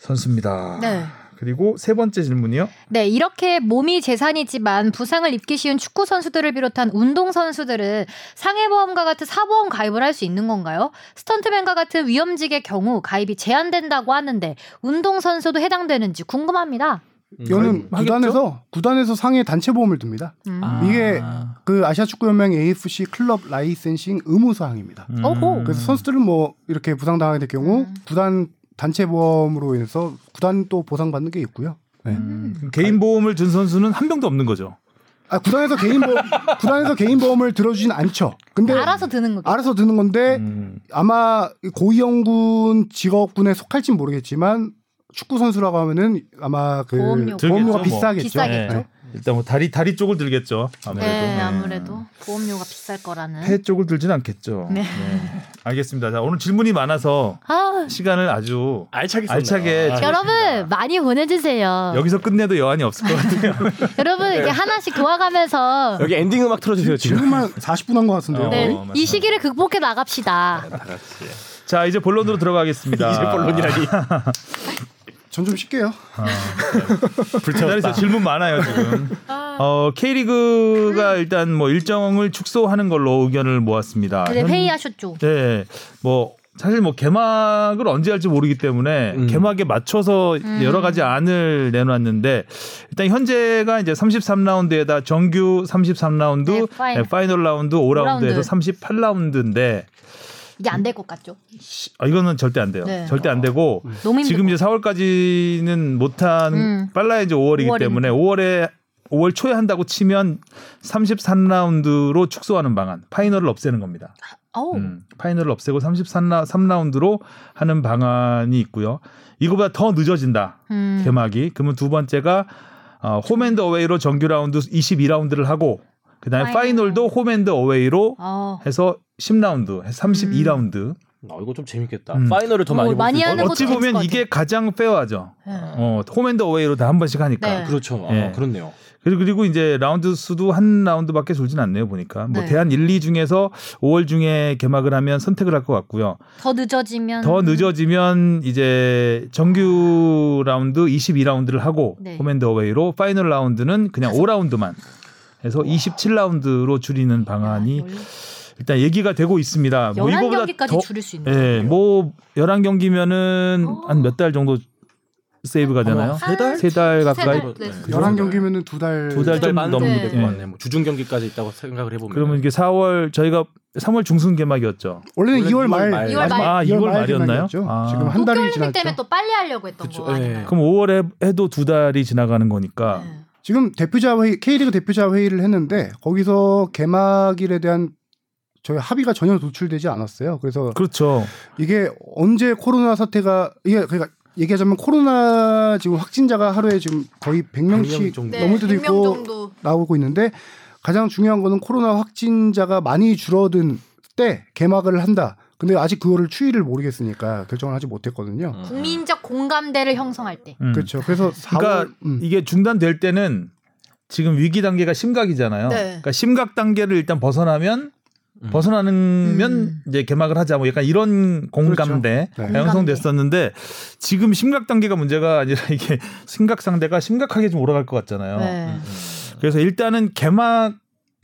선수입니다. 네. 그리고 세 번째 질문이요. 네, 이렇게 몸이 재산이지만 부상을 입기 쉬운 축구 선수들을 비롯한 운동 선수들은 상해보험과 같은 사보험 가입을 할 수 있는 건가요? 스턴트맨과 같은 위험직의 경우 가입이 제한된다고 하는데 운동 선수도 해당되는지 궁금합니다. 저는 하겠죠? 구단에서 구단에서 상해 단체 보험을 듭니다. 음. 아. 이게 그 아시아 축구 연맹 AFC 클럽 라이센싱 의무 사항입니다. 음. 어허. 그래서 선수들은 뭐 이렇게 부상당하게 될 경우 음. 구단 단체 보험으로 인해서 구단 또 보상받는 게 있고요. 음. 개인 보험을 준 선수는 한 명도 없는 거죠. 아 구단에서 개인 보험 (laughs) 구단에서 개인 보험을 들어주진 않죠. 근데 알아서 드는 거. 알아서 드는 건데 음. 아마 고위험군 직업군에 속할진 모르겠지만 축구 선수라고 하면은 아마 그 보험료가 보험료. 들겠죠, 뭐. 비싸겠죠. 비싸겠죠. 네. 일단 뭐 다리 다리 쪽을 들겠죠. 아무래도. 네, 아무래도 보험료가 비쌀 거라는. 폐 쪽을 들진 않겠죠. 네. 알겠습니다. 자, 오늘 질문이 많아서 아, 시간을 아주 알차게 썼네요. 알차게 아, 여러분 많이 보내주세요. 여기서 네. 끝내도 여한이 없을 것 같아요. 여러분 이렇게 하나씩 도와가면서 여기 엔딩 음악 틀어주세요 지금. 지금만 40분 한 것 같은데요. 네. 네, 어, 이 시기를 극복해 나갑시다. 자, 이제 본론으로 들어가겠습니다. (laughs) 이제 본론이라니. 전 좀 쉴게요. 아, 기다리세요. 질문 많아요 지금. 어, K리그가 일단 뭐 일정을 축소하는 걸로 의견을 모았습니다. 네, 현- 회의하셨죠? 네, 뭐 사실 뭐 개막을 언제 할지 모르기 때문에 음. 개막에 맞춰서 음. 여러 가지 안을 내놨는데 일단 현재가 이제 33라운드에다 정규 33라운드, 네, 파이널. 파이널 라운드 5라운드에서 라운드. 38라운드인데 이게 안 될 것 같죠? 아, 이거는 절대 안 돼요. 네. 절대 안 되고 너무 힘들어. 지금 이제 4월까지는 못한 음. 빨라야 이제 5월이기 5월인데. 때문에 5월에 5월 초에 한다고 치면 33라운드로 축소하는 방안, 파이널을 없애는 겁니다. 어우, 음, 파이널을 없애고 33라운드로 하는 방안이 있고요. 이거보다 더 늦어진다. 음. 개막이. 그러면 두 번째가 어, 홈앤드 어웨이로 정규 라운드 22라운드를 하고 그다음에 파이널. 파이널도 홈앤드 어웨이로 어. 해서 10라운드, 32라운드. 어, 이거 좀 재밌겠다. 음. 파이널을 더 어, 많이 볼수 많이 있- 하는 어찌 것도 재밌을 것 보면 같아요. 이게 가장 페어하죠. 네. 어, 홈앤드 어웨이로 다 한 번씩 하니까. 네. 그렇죠. 예. 아, 그렇네요. 그리고 그리고 이제 라운드 수도 한 라운드밖에 졸진 않네요 보니까 뭐 네. 대한 1, 2 중에서 5월 중에 개막을 하면 선택을 할 것 같고요. 더 늦어지면 더 늦어지면 이제 정규 라운드 22라운드를 하고 네. 홈앤드 어웨이로 파이널 라운드는 그냥 5라운드만 해서 27라운드로 줄이는 방안이 일단 얘기가 되고 있습니다. 뭐 11 이거보다 경기까지 더- 줄일 수 있는 예, 뭐 11경기면은 한 몇 달 정도 세이브가 되나요? 세 달? 세 달 가까이 네. 그 정도. 11경기면은 두 달. 두 달. 두달 좀 반 정도 넘는 될것 예. 같네요. 뭐 주중 경기까지 있다고 생각을 해보면. 그러면 이게 4월 저희가 3월 중순 개막이었죠. 원래는 원래 2월 2월 말. 말. 아, 2월 말 말이었나요? 예. 지났죠. 아. 지금 한 달이 도쿄올림픽 지났죠. 때문에 또 빨리 하려고 했던 그쵸, 거 아닌가요? 그럼 5월에 해도 두 달이 지나가는 거니까 네. 지금 대표자 회의 K리그 대표자 회의를 했는데 거기서 개막일에 대한 저희 합의가 전혀 도출되지 않았어요. 그래서 그렇죠. 이게 언제 코로나 사태가 이게 그러니까 얘기하자면 코로나 지금 확진자가 하루에 지금 거의 100명씩 100명 정도. 네, 넘을 때도 네, 100명 있고 정도. 나오고 있는데 가장 중요한 거는 코로나 확진자가 많이 줄어든 때 개막을 한다. 근데 아직 그거를 추이를 모르겠으니까 결정을 하지 못했거든요. 음. 국민적 공감대를 형성할 때. 음. 그렇죠. 그래서 4월 그러니까 음. 이게 중단될 때는 지금 위기 단계가 심각이잖아요. 네. 그러니까 심각 단계를 일단 벗어나면 음. 벗어나면 음. 이제 개막을 하자 뭐 약간 이런 공감대 그렇죠. 가 형성됐었는데 지금 심각 단계가 문제가 아니라 이게 심각 상대가 심각하게 좀 올라갈 것 같잖아요. 음, 음. 네. 그래서 일단은 개막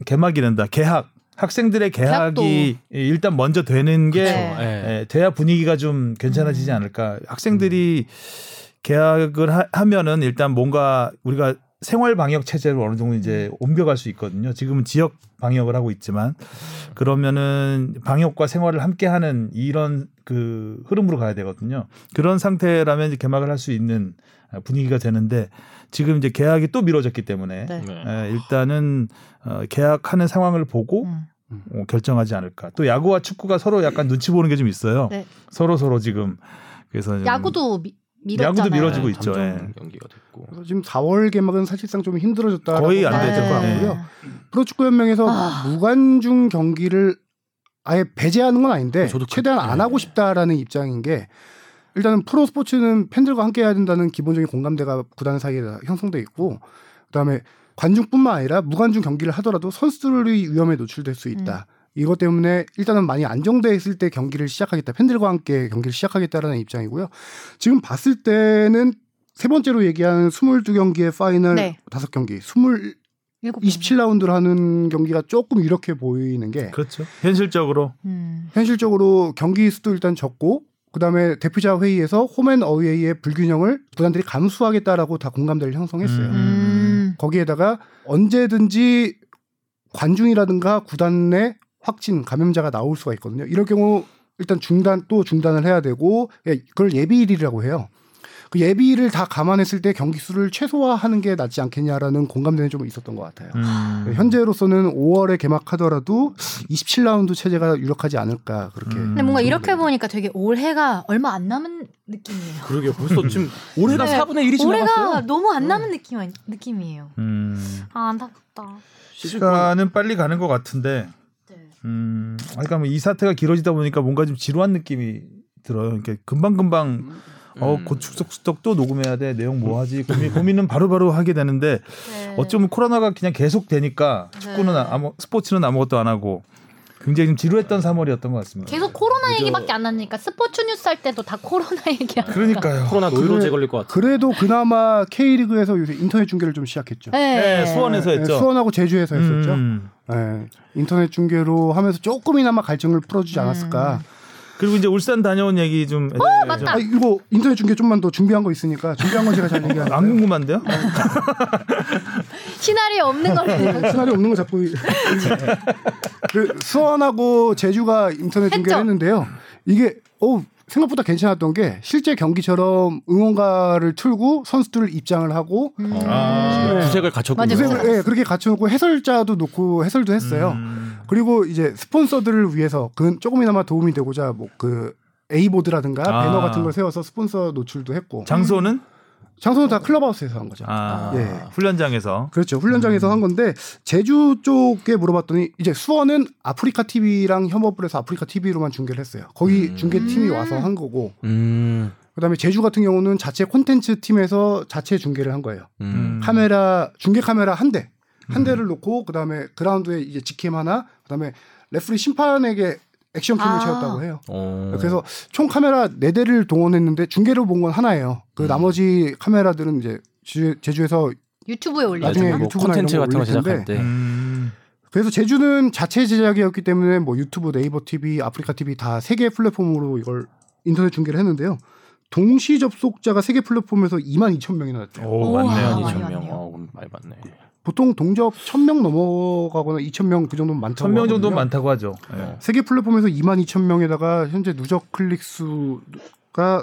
개막이 된다. 개학 학생들의 개학도. 개학이 일단 먼저 되는 게 그렇죠. 네. 예, 돼야 분위기가 좀 괜찮아지지 않을까. 학생들이 계약을 하, 하면은 일단 뭔가 우리가 생활 방역 체제로 어느 정도 이제 옮겨갈 수 있거든요. 지금은 지역 방역을 하고 있지만 그러면은 방역과 생활을 함께하는 이런 그 흐름으로 가야 되거든요. 그런 상태라면 이제 개막을 할 수 있는 분위기가 되는데 지금 이제 계약이 또 미뤄졌기 때문에 네. 예, 일단은 어, 계약하는 상황을 보고 음. 어, 결정하지 않을까. 또 야구와 축구가 서로 약간 눈치 보는 게 좀 있어요. 네. 서로 서로 지금 그래서 좀 야구도 미, 밀었잖아요. 음. 야구도 미뤄지고 있- 있죠. 잠정 네, 경기가 됐고. 그래서 지금 4월 개막은 사실상 좀 힘들어졌다. 거의 안 될것 되죠. 네. 같고요. 프로축구연맹에서 무관중 경기를 아예 배제하는 건 아닌데 저도 그- 최대한 안 네. 하고 싶다라는 입장인 게 일단은 프로 스포츠는 팬들과 함께 해야 된다는 기본적인 공감대가 구단 사이에 다 형성돼 있고 그다음에 관중뿐만 아니라 무관중 경기를 하더라도 선수들이 위험에 노출될 수 있다. 이것 때문에 일단은 많이 안정돼 있을 때 경기를 시작하겠다. 팬들과 함께 경기를 시작하겠다라는 입장이고요. 지금 봤을 때는 세 번째로 얘기하는 22경기의 파이널 네. 다섯 경기 20, 일곱 명. 27라운드를 하는 경기가 조금 유력해 보이는 게 그렇죠. 현실적으로 음. 현실적으로 경기 수도 일단 적고 그다음에 대표자 회의에서 홈앤 어웨이의 불균형을 구단들이 감수하겠다라고 다 공감대를 형성했어요. 음. 음. 거기에다가 언제든지 관중이라든가 구단 내 확진 감염자가 나올 수가 있거든요. 이럴 경우 일단 중단 또 중단을 해야 되고 예, 그걸 예비일이라고 해요. 그 예비일을 다 감안했을 때 경기 수를 최소화하는 게 낫지 않겠냐라는 공감대는 좀 있었던 것 같아요. 음. 현재로서는 5월에 개막하더라도 27라운드 체제가 유력하지 않을까 그렇게. 음. 근데 뭔가 이렇게 생각합니다. 보니까 되게 올해가 얼마 안 남은 느낌이에요. 그러게요. 벌써 지금 올해가 네. 4분의 1이 올해가 지나갔어요. 너무 안 남은 느낌 아니- 느낌이에요. 음. 아, 안타깝다. 시간은 빨리 가는 것 같은데 네. 음, 그러니까 뭐이 사태가 길어지다 보니까 뭔가 좀 지루한 느낌이 들어요. 그러니까 금방 금방 어 음. 고축석수덕 또 녹음해야 돼 내용 뭐 하지 고민 고민은 바로바로 하게 되는데 네. 어쩌면 코로나가 그냥 계속 되니까 축구는 네. 아무 스포츠는 아무것도 안 하고 굉장히 좀 지루했던 3월이었던 것 같습니다. 계속 코로나 그죠. 얘기밖에 안 나니까 스포츠 뉴스 할 때도 다 (laughs) 코로나 얘기하고. 그러니까요. 코로나 노이로제 걸릴 것 같아요. 그래도 그나마 K리그에서 요새 인터넷 중계를 좀 시작했죠. 네, 수원에서 예, 했죠. 수원하고 제주에서 했었죠. 음. 예, 인터넷 중계로 하면서 조금이나마 갈증을 풀어주지 않았을까. 음. 그리고 이제 울산 다녀온 얘기 좀. 어, 해주세요. 맞다. 아, 이거 인터넷 중계 좀만 더 준비한 거 있으니까 준비한 건 제가 잘 얘기하는 안 궁금한데요? 시나리오 없는 걸로. 네. (laughs) 시나리오 없는 거 자꾸 그 수원하고 제주가 인터넷 중계를 했죠. 했는데요. 이게 어 생각보다 괜찮았던 게 실제 경기처럼 응원가를 틀고 선수들 입장을 하고 음. 아, 구색을 갖췄군요. 맞아요. 구색을, 예, 그렇게 갖춰놓고 해설자도 놓고 해설도 했어요. 음. 그리고 이제 스폰서들을 위해서 그 조금이나마 도움이 되고자 뭐 그 A 보드라든가 아. 배너 같은 걸 세워서 스폰서 노출도 했고 장소는 장소는 다 클럽하우스에서 한 거죠. 아, 예. 훈련장에서. 그렇죠. 훈련장에서 음. 한 건데 제주 쪽에 물어봤더니 이제 수원은 아프리카 TV랑 협업을 해서 아프리카 TV로만 중계를 했어요. 거기 음. 중계팀이 와서 한 거고 음. 그다음에 제주 같은 경우는 자체 콘텐츠 팀에서 자체 중계를 한 거예요. 음. 카메라 중계 카메라 한 대. 음. 한 대를 놓고 그다음에 그라운드에 이제 직캠 하나, 그다음에 레프리 심판에게 액션캠을 아. 채웠다고 해요. 어. 그래서 총 카메라 네대를 동원했는데 중계로 본 건 하나예요. 그 음. 나머지 카메라들은 이제 제- 제주에서 유튜브에 올려. 나중에 나중에 뭐 유튜브나 콘텐츠 이런 거 같은 거 올릴 제작할 때 음. 그래서 제주는 자체 제작이었기 때문에 뭐 유튜브, 네이버 TV, 아프리카 TV 다 세 개 플랫폼으로 이걸 인터넷 중계를 했는데요. 동시 접속자가 세 개 플랫폼에서 2만 2천 명이나 됐대요. 오, 오, 맞네요. 많이 많이 아, 천명. 왔네요. 어, 많이 맞네. 보통 동접 1,000명 넘어가거나 2천 명 그 정도면 많다고. 천명 정도는 하거든요. 많다고 하죠. 예. 세계 플랫폼에서 2만 2천 명에다가 현재 누적 클릭 수가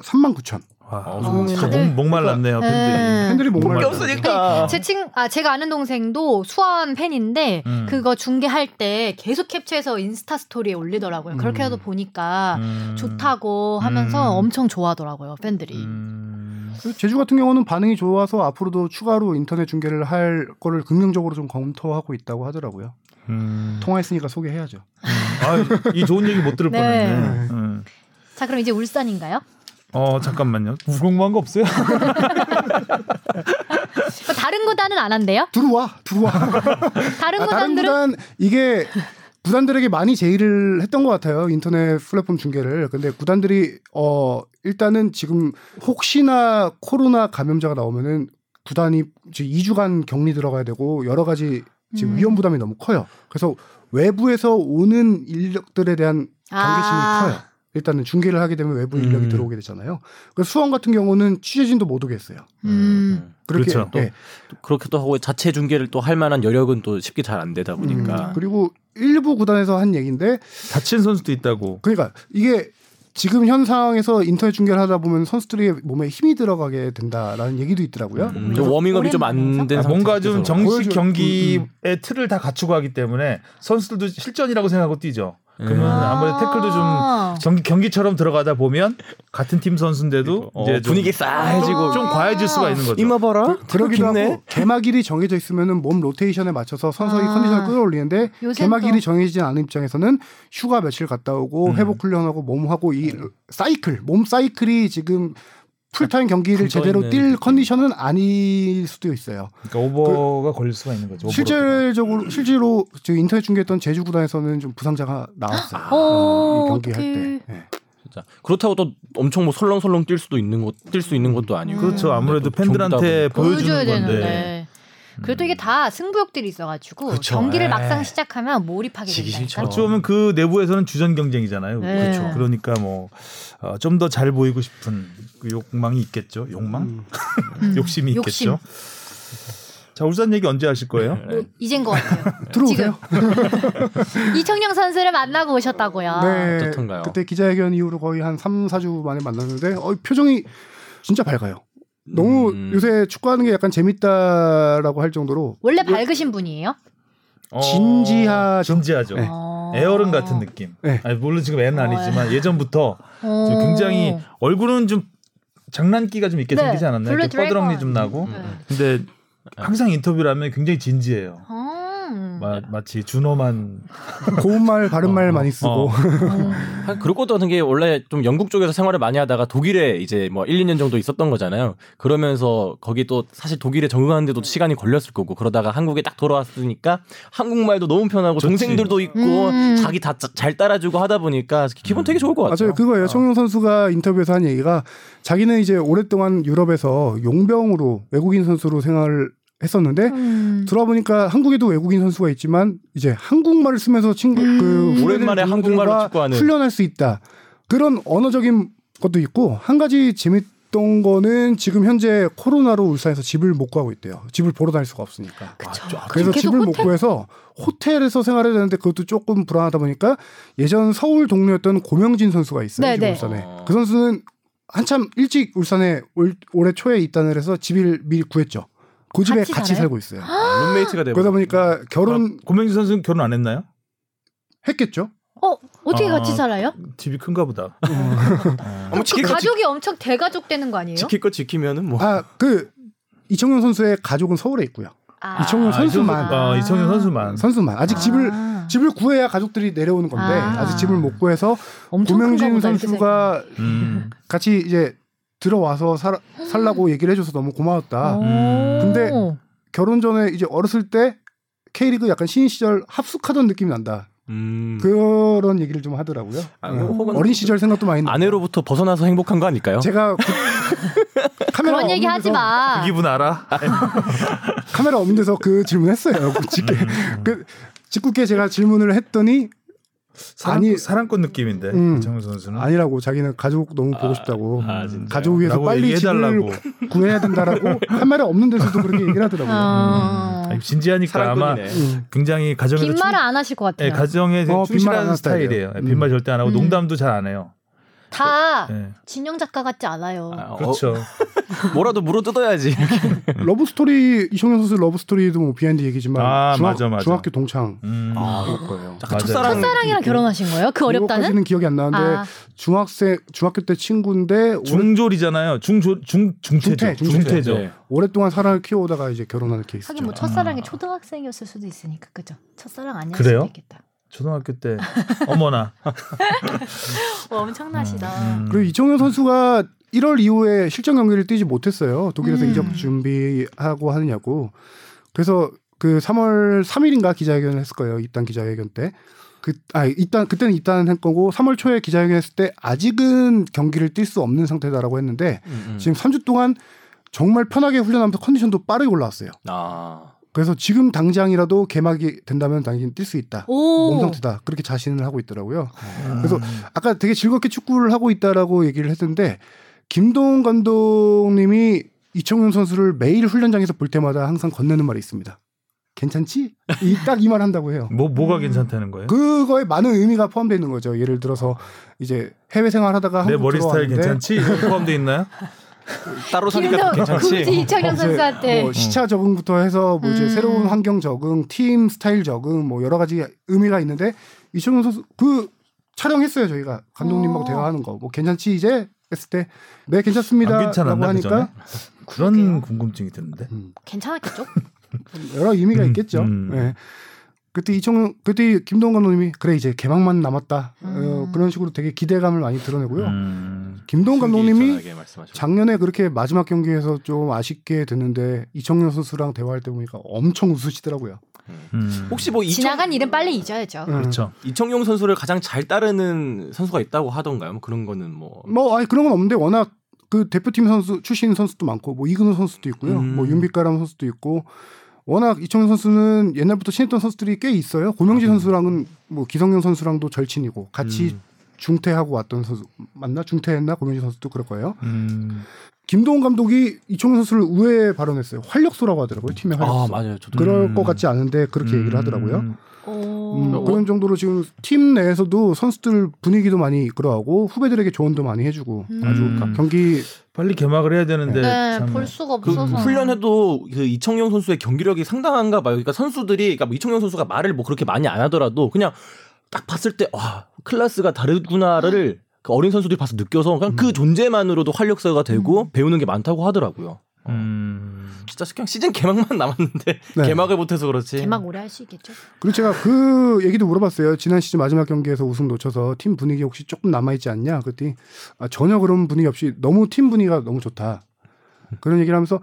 3만 9천. 와, 아, 어, 진짜 다들- 목- 목말랐네요, 팬들이. 네. 팬들이 목말라. 목말라. 없으니까. 제 친, 아, 제가 아는 동생도 수원 팬인데, 음. 그거 중계할 때 계속 캡처해서 인스타 스토리에 올리더라고요. 그렇게라도 보니까 음. 좋다고 하면서 음. 엄청 좋아하더라고요, 팬들이. 음. 그래서 제주 같은 경우는 반응이 좋아서 앞으로도 추가로 인터넷 중계를 할 거를 긍정적으로 좀 검토하고 있다고 하더라고요. 음. 통화했으니까 소개해야죠. 아, 이 좋은 얘기 못 들을 네. 뻔했네. 음. 자, 그럼 이제 울산인가요? 어, 잠깐만요. 무궁무한 거 없어요? 뭐 다른 구단은 안 한대요? 들어와, (laughs) 들어와. 다른 아, 다른 구단들은? 구단 이게 구단들에게 많이 제의를 했던 것 같아요 인터넷 플랫폼 중계를 근데 구단들이 어 일단은 지금 혹시나 코로나 감염자가 나오면은 구단이 지금 2주간 격리 들어가야 되고 여러 가지 지금 음. 위험 부담이 너무 커요 그래서 외부에서 오는 인력들에 대한 경계심이 아. 커요 일단은 중계를 하게 되면 외부 인력이 음. 들어오게 되잖아요 그래서 수원 같은 경우는 취재진도 못 오게 했어요 음. 그렇게 그렇죠. 예. 그렇게 또 하고 자체 중계를 또 할 만한 여력은 또 쉽게 잘 안 되다 음, 보니까. 그리고 일부 구단에서 한 얘기인데 다친 선수도 있다고. 그러니까 이게 지금 현 상황에서 인터넷 중계를 하다 보면 선수들의 몸에 힘이 들어가게 된다라는 얘기도 있더라고요. 음, 좀 워밍업이 좀 안 된 아, 상태. 뭔가 좀 정식 보여줘. 경기의 틀을 다 갖추고 하기 때문에 선수들도 실전이라고 생각하고 뛰죠. 그러면 아무래도 태클도 좀 경기, 경기처럼 들어가다 보면 같은 팀 선수인데도 어, 이제 좀- 분위기 싸해지고 좀, 좀 과해질 수가 있는 거죠. 이마 봐라. 그러기도 좋겠네. 하고 개막일이 정해져 있으면은 몸 로테이션에 맞춰서 서서히 아. 컨디션을 끌어올리는데 요새 또- 개막일이 정해지지 않은 입장에서는 휴가 며칠 갔다 오고 회복 훈련하고 몸하고 이 사이클 몸 사이클이 지금 풀타임 경기를 붙어 제대로 있는 뛸 느낌. 컨디션은 아닐 수도 있어요. 그러니까 오버가 걸릴 수가 있는 거죠. 오버로드가. 실질적으로 실제로 저 인터넷 중계했던 제주 구단에서는 좀 부상자가 나왔어요. 어, 이 경기 할 어떡해. 때. 예. 진짜. 그렇다고 또 엄청 뭐 설렁설렁 뛸 수도 있는 것, 뛸 수 있는 것도 아니고. 그렇죠. 아무래도 네, 또 경기다 팬들한테 보니까. 보여주는 보여줘야 건데. 되는데. 그리고 또 이게 다 승부욕들이 있어가지고 그쵸. 경기를 에. 막상 시작하면 몰입하게 지기 된다니까. 싫죠. 어찌 보면 그 내부에서는 주전 경쟁이잖아요. 네. 그렇죠. 그러니까 뭐 좀 더 잘 보이고 싶은 그 욕망이 있겠죠. 욕망, 음. (laughs) 욕심이 욕심. 있겠죠. 자 울산 얘기 언제 하실 거예요? 네. 뭐, 이젠 것 같아요. 들어오세요. 지금 (laughs) 이청용 선수를 만나고 오셨다고요. 네. 아, 어떻던가요? 그때 기자회견 이후로 거의 한 3, 4주 만에 만났는데 어, 표정이 진짜 밝아요. 너무 음. 요새 축구하는 게 약간 재밌다라고 할 정도로 원래 밝으신 분이에요? 어, 진지하죠. 진지하죠. 네. 어. 애어른 같은 느낌. 네. 아니, 물론 지금 애는 아니지만 예전부터 어. 좀 굉장히 얼굴은 좀 장난기가 좀 있게 네, 생기지 않았나요? 블루 이렇게 드래곤. 퍼드렁니 좀 음, 나고. 네. 근데 항상 인터뷰를 하면 굉장히 진지해요. 음. 마, 마치 준호만 고운 말, 바른 말 어, 많이 쓰고 (laughs) 어. 아, 그럴 것도 같은 게 원래 좀 영국 쪽에서 생활을 많이 하다가 독일에 이제 뭐 1, 2년 정도 있었던 거잖아요. 그러면서 거기 또 사실 독일에 적응하는데도 시간이 걸렸을 거고 그러다가 한국에 딱 돌아왔으니까 한국말도 너무 편하고 좋지. 동생들도 있고 음. 자기 다 잘 따라주고 하다 보니까 음. 기분 되게 좋을 것 같아요. 어. 맞아요. 그거예요. 청용 선수가 인터뷰에서 한 얘기가 자기는 이제 오랫동안 유럽에서 용병으로 외국인 선수로 생활을 했었는데 음. 들어보니까 한국에도 외국인 선수가 있지만 이제 한국말을 쓰면서 친구 음. 그 후배들, 오랜만에 한국말로 동료들과 축구하는. 훈련할 수 있다 그런 언어적인 것도 있고 한 가지 재밌던 거는 지금 현재 코로나로 울산에서 집을 못 구하고 있대요 집을 보러 다닐 수가 없으니까 아, 그쵸. 그래서 계속 집을 못 호텔- 구해서 호텔에서 생활해야 되는데 그것도 조금 불안하다 보니까 예전 서울 동료였던 고명진 선수가 있어요 네, 지금 네. 울산에 어. 그 선수는 한참 일찍 울산에 올, 올해 초에 입단을 해서 집을 미리 구했죠 그 집에 같이 같이, 살아요? 살고 있어요 아, 룸메이트가 되고 그러다 보니까 결혼 고명진 선수는 결혼 안 했나요? 했겠죠. 어 어떻게 아, 같이 살아요? 집이 큰가 보다. 아마 그 지킬 거 지- 가족이 엄청 대가족 되는 거 아니에요? 지킬 거 지키면은 뭐 아 그 이청용 선수의 가족은 서울에 있고요. 아. 이청용 선수만 아, 이청용 선수만. 선수만 아직 아. 집을 집을 구해야 가족들이 내려오는 건데 아. 아. 직 집을 못 구해서 엄청 큰가 고명진 보다, 이렇게 선수가 음. 같이 이제 들어와서 살, 살라고 얘기를 해줘서 너무 고마웠다. 생각해요. 음. 근데 오. 결혼 전에 이제 어렸을 때 K리그 약간 신인 시절 합숙하던 느낌이 난다. 음. 그런 얘기를 좀 하더라고요. 아, 응. 혹은 어린 시절 생각도 많이 나. 그 아내로부터 벗어나서 행복한 거 아닐까요? 제가 그- 그런 카메라 없는 얘기 하지 데서- 마. 그 기분 알아? 카메라 없는 데서 그 질문했어요. 직계 네. 그 직구께 제가 질문을 했더니 사랑, 아니- 사랑꾼 느낌인데 음. 이청용 선수는. 아니라고 자기는 가족 너무 보고 싶다고 아, 진짜요? 가족 위해서 라고 빨리 집을 얘기해달라고. 구해야 (laughs) 된다라고 카메라 없는 데서도 그렇게 얘기를 음. 하더라고요. 어. 아니, 진지하니까 사랑꾼이네. 아마 음. 굉장히 가정에서 충- 빈말을 안 하실 것 예, 같아요. 가정에 어, 빈말 안 충실한 하는 스타일이에요. 스타일이에요. 예, 빈말 절대 안 하고 음. 농담도 잘 안 해요. 다 예. 진영 작가 같지 않아요. 아, 어, 그렇죠. 뭐라도 물어 뜯어야지. 러브 스토리 이청용 선수 러브 스토리도 뭐 비하인드 얘기지만 아, 중학, 맞아, 맞아. 중학교 동창 음. (laughs) 거예요. 약간 맞아요. 첫사랑 첫사랑이랑 결혼하신 거예요? 그 어렵다는? 그거까지는 네. 기억이 안 나는데 아. 중학생 중학교 때 친구인데 오래, 중졸이잖아요. 중졸 중 중퇴죠. 중퇴, 중퇴. 중퇴죠. 네. 오랫동안 사랑을 키워오다가 이제 결혼하는 아. 케이스죠. 하긴 뭐 첫사랑이 초등학생이었을 수도 있으니까 그죠? 첫사랑 아니었을 그래요? 수도 있겠다. 초등학교 때 (laughs) 어머나. 와, 엄청나시다. 음. 그리고 이청용 선수가 1월 이후에 실전 경기를 뛰지 못했어요. 독일에서 음. 이적 준비하고 하느냐고. 그래서 그 3월 3일인가 기자회견을 했을 거예요. 입단 기자회견 때. 그, 아, 입단, 그때는 입단한 거고, 3월 초에 기자회견 했을 때, 아직은 경기를 뛸 수 없는 상태다라고 했는데, 음, 음. 지금 3주 동안 정말 편하게 훈련하면서 컨디션도 빠르게 올라왔어요. 아. 그래서 지금 당장이라도 개막이 된다면 당연히 뛸 수 있다. 몸 오. 상태다. 그렇게 자신을 하고 있더라고요. 그래서 아까 되게 즐겁게 축구를 하고 있다라고 얘기를 했는데 김동훈 감독님이 이청용 선수를 매일 훈련장에서 볼 때마다 항상 건네는 말이 있습니다. 괜찮지? 딱 이 말 한다고 해요. 뭐 뭐가 괜찮다는 거예요? 그거에 많은 의미가 포함되어 있는 거죠. 예를 들어서 이제 해외 생활하다가 내 한국 머리 스타일 들어왔는데 괜찮지? 이거 포함돼 있나요? (laughs) 따로 지금도 사니까 또 괜찮지. 어, 음. 굳이 이청용 어, 이제 선수한테 뭐 시차 적응부터 해서 뭐 이제 음. 새로운 환경 적응, 팀 스타일 적응 뭐 여러 가지 의미가 있는데 이청용 선수 그 촬영했어요 저희가 감독님하고 어. 대화하는 거 뭐 괜찮지 이제 했을 때 네 괜찮습니다라고 안 괜찮았나 그 전에? 하니까 음, 그런 그러게요. 궁금증이 드는데. 괜찮았겠죠? 여러 의미가 음, 있겠죠. 음. 예. 그때 이청용 그때 김동훈 감독님이 그래 이제 개막만 남았다 음. 어, 그런 식으로 되게 기대감을 많이 드러내고요. 음. 김동훈 감독님이 신기하게 말씀하셨죠. 작년에 그렇게 마지막 경기에서 좀 아쉽게 됐는데 이청용 선수랑 대화할 때 보니까 엄청 웃으시더라고요. 음. 혹시 뭐 이청, 지나간 일은 빨리 잊어야죠. 음. 그렇죠. 이청용 선수를 가장 잘 따르는 선수가 있다고 하던가요? 뭐 그런 거는 뭐 뭐 아니 그런 건 없는데 워낙 그 대표팀 선수 출신 선수도 많고 뭐 이근호 선수도 있고요. 음. 뭐 윤빛가람 선수도 있고 워낙 이청용 선수는 옛날부터 친했던 선수들이 꽤 있어요. 아, 네. 고명진 선수랑은 뭐 기성용 선수랑도 절친이고 같이 음. 중퇴하고 왔던 선수 맞나? 중퇴했나? 고명진 선수도 그럴 거예요. 음. 김동훈 감독이 이청용 선수를 우회에 발언했어요. 활력소라고 하더라고요. 팀의 활력소. 아 맞아요. 저도 그럴 음. 것 같지 않은데 그렇게 얘기를 하더라고요. 음. 음, 오. 어. 그런 정도로 지금 팀 내에서도 선수들 분위기도 많이 이끌어하고 후배들에게 조언도 많이 해주고 아주 음. 경기 빨리 개막을 해야 되는데 네, 참. 볼 수가 그 없어서. 훈련해도 그 이청용 선수의 경기력이 상당한가 봐요. 그러니까 선수들이 그러니까 뭐 이청용 선수가 말을 뭐 그렇게 많이 안 하더라도 그냥 딱 봤을 때 와 클래스가 다르구나를 그 어린 선수들이 봐서 느껴서 그냥 음. 그 존재만으로도 활력소가 되고 음. 배우는 게 많다고 하더라고요. 음. 진짜 그냥 시즌 개막만 남았는데 네. 개막을 못해서 그렇지. 개막 오래 할 수 있겠죠. 그리고 제가 그 얘기도 물어봤어요. 지난 시즌 마지막 경기에서 우승 놓쳐서 팀 분위기 혹시 조금 남아있지 않냐? 그랬더니 아, 전혀 그런 분위기 없이 너무 팀 분위기가 너무 좋다. 그런 얘기를 하면서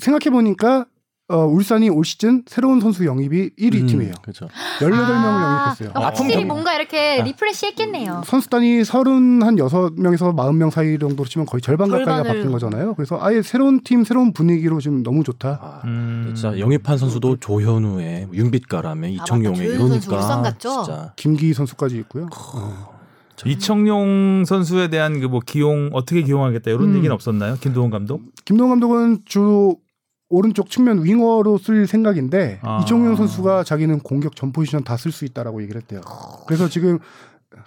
생각해보니까 어, 울산이 올 시즌 새로운 선수 영입이 1위 음, 팀이에요. 그렇죠. 18명을 아, 영입했어요. 음. 그러니까 확실히 아픔 뭔가 이렇게 아. 리프레시 했겠네요. 선수단이 36명에서 40명 사이 정도로 치면 거의 절반 가까이가 절반을- 바뀐 거잖아요. 그래서 아예 새로운 팀, 새로운 분위기로 지금 너무 좋다. 아, 음. 진짜 영입한 선수도 조현우에 윤빛가람에 이청용에 음. 아, 맞다. 조현우 선수 이러니까 울산 갔죠? 진짜 김기희 선수까지 있고요. 이청용 선수에 대한 그 뭐 기용 어떻게 기용하겠다 이런 음. 얘기는 없었나요? 김도훈 감독? 김동훈 감독은 주 오른쪽 측면 윙어로 쓸 생각인데 아. 이종용 선수가 자기는 공격 전 포지션 다 쓸 수 있다라고 얘기를 했대요. 그래서 지금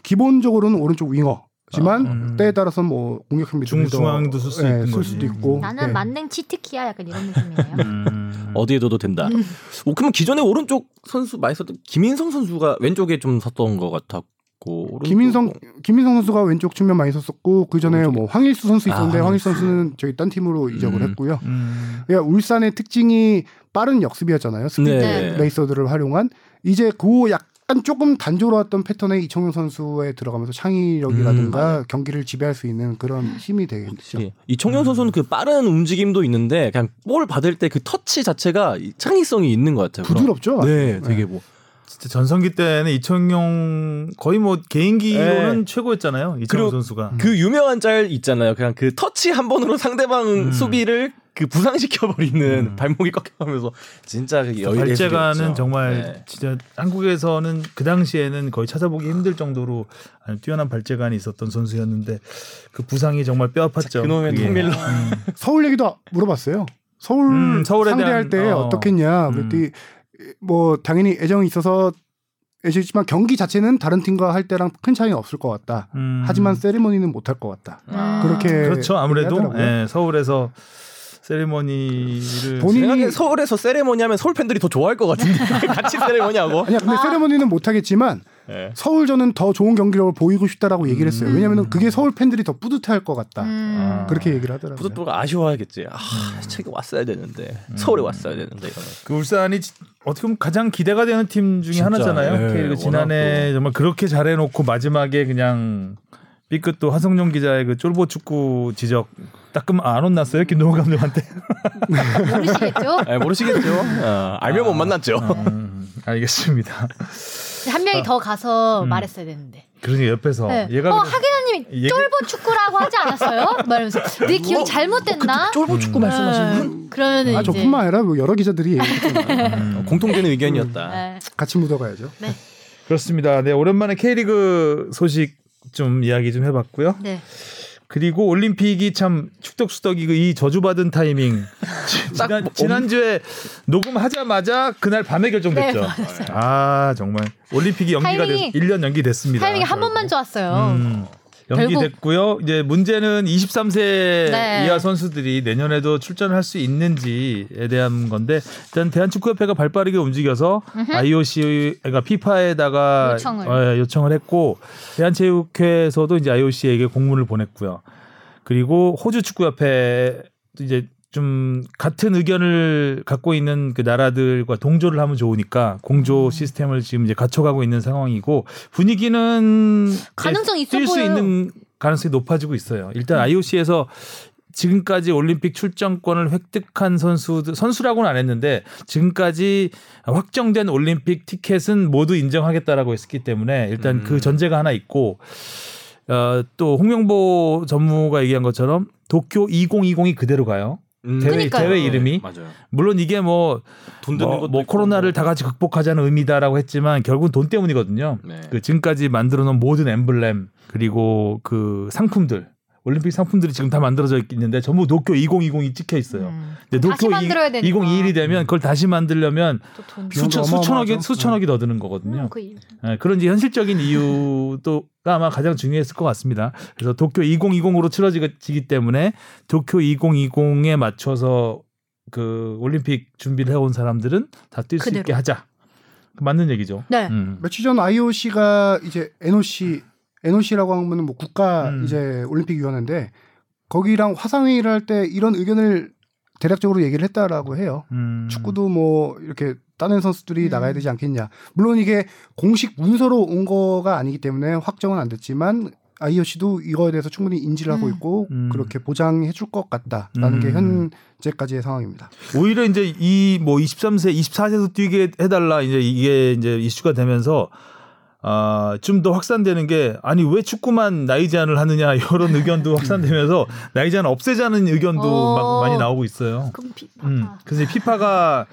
기본적으로는 오른쪽 윙어지만 아, 음. 때에 따라서 뭐 공격형 미드 중- 중앙도 쓸수 있는 쓸 거지. 수도 있고 나는 네. 만능 치트키야 약간 이런 느낌이네요. 음. 어디에 둬도 된다. 오, 그러면 기존에 오른쪽 선수 많이 썼던 김인성 선수가 왼쪽에 좀 섰던 것 같았고 오른쪽- 어, 김인성 김인성 선수가 왼쪽 측면 많이 썼었고 그 어, 전에 뭐 황일수 선수 아, 있었는데 황일수. 황일수 선수는 저희 딴 팀으로 이적을 음. 했고요. 음. 그러니까 울산의 특징이 빠른 역습이었잖아요. 스피드 네. 레이서들을 활용한 이제 그 약간 조금 단조로웠던 패턴의 이청용 선수에 들어가면서 음. 창의력이라든가 경기를 지배할 수 있는 그런 힘이 되겠죠. 예. 이청용 선수는 그 빠른 움직임도 있는데 그냥 볼 받을 때 그 터치 자체가 이 창의성이 있는 것 같아요. 그럼- 부드럽죠. 네, 되게 뭐 진짜 전성기 때는 이청용 거의 뭐 개인기로는 네. 최고였잖아요. 그리고 이청용 음. 선수가. 그 유명한 짤 있잖아요. 그냥 그 터치 한 번으로 (laughs) 상대방 음. 수비를 그 부상시켜 버리는 음. 발목이 꺾여가면서 진짜 그 여유 발재가는 예술이었죠. 정말 네. 진짜 한국에서는 그 당시에는 거의 찾아보기 힘들 정도로 아주 뛰어난 발재간이 있었던 선수였는데 그 부상이 정말 뼈 아팠죠. 그놈의 그게. 통밀러. 음. 서울 얘기도 물어봤어요. 서울 음, 서울에 상대할 대한, 때 어. 어. 떻겠냐 음. 그랬더니 뭐 당연히 애정이 있어서 애지만 경기 자체는 다른 팀과 할 때랑 큰 차이는 없을 것 같다. 음. 하지만 세리머니는 못 할 것 같다. 아. 그렇게 그렇죠. 아무래도 얘기하더라고요. 예, 서울에서 세리머니를 본인이 생각에 서울에서 세레모니 하면 서울 팬들이 더 좋아할 것 같은데 (laughs) 같이 세레모니 하고 아니야 근데 세레머니는 못하겠지만 예. 네. 서울전은 더 좋은 경기력을 보이고 싶다라고 얘기를 음. 했어요. 왜냐하면 그게 서울 팬들이 더 뿌듯해할 것 같다. 아. 음. 그렇게 얘기를 하더라고요. 부득부가 아쉬워하겠지. 아, 책이 왔어야 되는데 서울에 왔어야 되는데 이러면. 그 울산이 지- 어떻게 보면 가장 기대가 되는 팀 중에 진짜, 하나잖아요. 예, K리그 지난해 워낙 정말 그렇게 잘해놓고 마지막에 그냥 삐끗 또 하성룡 기자의 그 쫄보 축구 지적 따끔 안 혼났어요 김동호 감독한테. 모르시겠죠? (laughs) 아, (laughs) 모르시겠죠. 어, 알면 못 만났죠. 음, (laughs) 알겠습니다. 한 명이 더 가서 음. 예. 말했어야 되는데. 그러니 옆에서 네. 얘가 어, 그래도- 하계나님이 얘기- 쫄보 축구라고 (laughs) 하지 않았어요? 말하면서 내 뭐, 기억이 잘못됐나? 쫄보 축구 음. 그러면 아 이제 저뿐만 아니라 뭐 여러 기자들이 얘기했잖아요. 음. 공통되는 의견이었다. 네. 같이 묻어가야죠. 그렇습니다. 네 오랜만에 K리그 소식 좀 이야기 좀 해봤고요. 네. 그리고 올림픽이 참 축덕수덕이 그이 (laughs) 저주받은 타이밍 지- 딱 지난, 엄- 지난주에 녹음하자마자 그날 밤에 결정됐죠. 아 정말 올림픽이 연기가 네, 타이밍이- 됐 1년 연기됐습니다. 타이밍이 한 번만 좋았어요. 음, 결국- 연기됐고요. 이제 문제는 23세 네. 이하 선수들이 내년에도 출전할 수 있는지에 대한 건데 일단 대한축구협회가 발빠르게 움직여서 IOC가 피파에다가 어, 예, 요청을. 요청을 했고 대한체육회에서도 이제 IOC에게 공문을 보냈고요. 그리고 호주 축구협회 이제 좀 같은 의견을 갖고 있는 그 나라들과 동조를 하면 좋으니까 음. 공조 시스템을 지금 이제 갖춰가고 있는 상황이고 분위기는 가능성이 있어 뛸수 보여요. 음. 있는 가능성이 높아지고 있어요. 일단 IOC에서 지금까지 올림픽 출전권을 획득한 선수들 선수라고는 안 했는데 지금까지 확정된 올림픽 티켓은 모두 인정하겠다라고 했기 때문에 일단 음. 그 전제가 하나 있고 어, 또 홍명보 전무가 얘기한 것처럼 도쿄 2020이 그대로 가요. 음. 대회, 그러니까요. 대회 이름이 맞아요. 물론 이게 뭐, 돈 드는 뭐, 것도 뭐 있고 코로나를 다 같이 극복하자는 의미다라고 했지만 결국은 돈 때문이거든요. 네. 그 지금까지 만들어 놓은 모든 엠블렘 그리고 그 상품들 올림픽 상품들이 지금 다 만들어져 있는데 전부 도쿄 2020이 찍혀 있어요. 네. 음. 근데 다시 도쿄 만들어야 되니까. 2021이 되면 그걸 다시 만들려면 또 돈. 비용도 수천 수천억이 어마어마하죠. 수천억이 더 드는 거거든요. 네. 음, 그 이- 예, 그런 이제 현실적인 이유도가 아마 가장 중요했을 것 같습니다. 그래서 도쿄 2020으로 치러지기 때문에 도쿄 2020에 맞춰서 그 올림픽 준비를 해온 사람들은 다 뛸 수 그대로. 있게 하자. 그 맞는 얘기죠. 네. 음. 며칠 전 IOC가 이제 NOC, NOC라고 하면 뭐 국가 음. 이제 올림픽위원회인데 거기랑 화상회의를 할 때 이런 의견을 대략적으로 얘기를 했다라고 해요. 음. 축구도 뭐 이렇게 다른 선수들이 음. 나가야 되지 않겠냐. 물론 이게 공식 문서로 온 거가 아니기 때문에 확정은 안 됐지만 IOC도 이거에 대해서 충분히 인지를 하고 음. 있고 음. 그렇게 보장해 줄 것 같다라는 게 음. 현재까지의 상황입니다. 오히려 이제 이 뭐 23세, 24세에서 뛰게 해달라 이제 이게 이제 이슈가 되면서 아, 좀 더 확산되는 게 아니 왜 축구만 나이 제한을 하느냐 이런 의견도 확산되면서 나이 제한 없애자는 의견도 막 어. 많이 나오고 있어요. 그럼 비, 음. 아. 그래서 이 피파가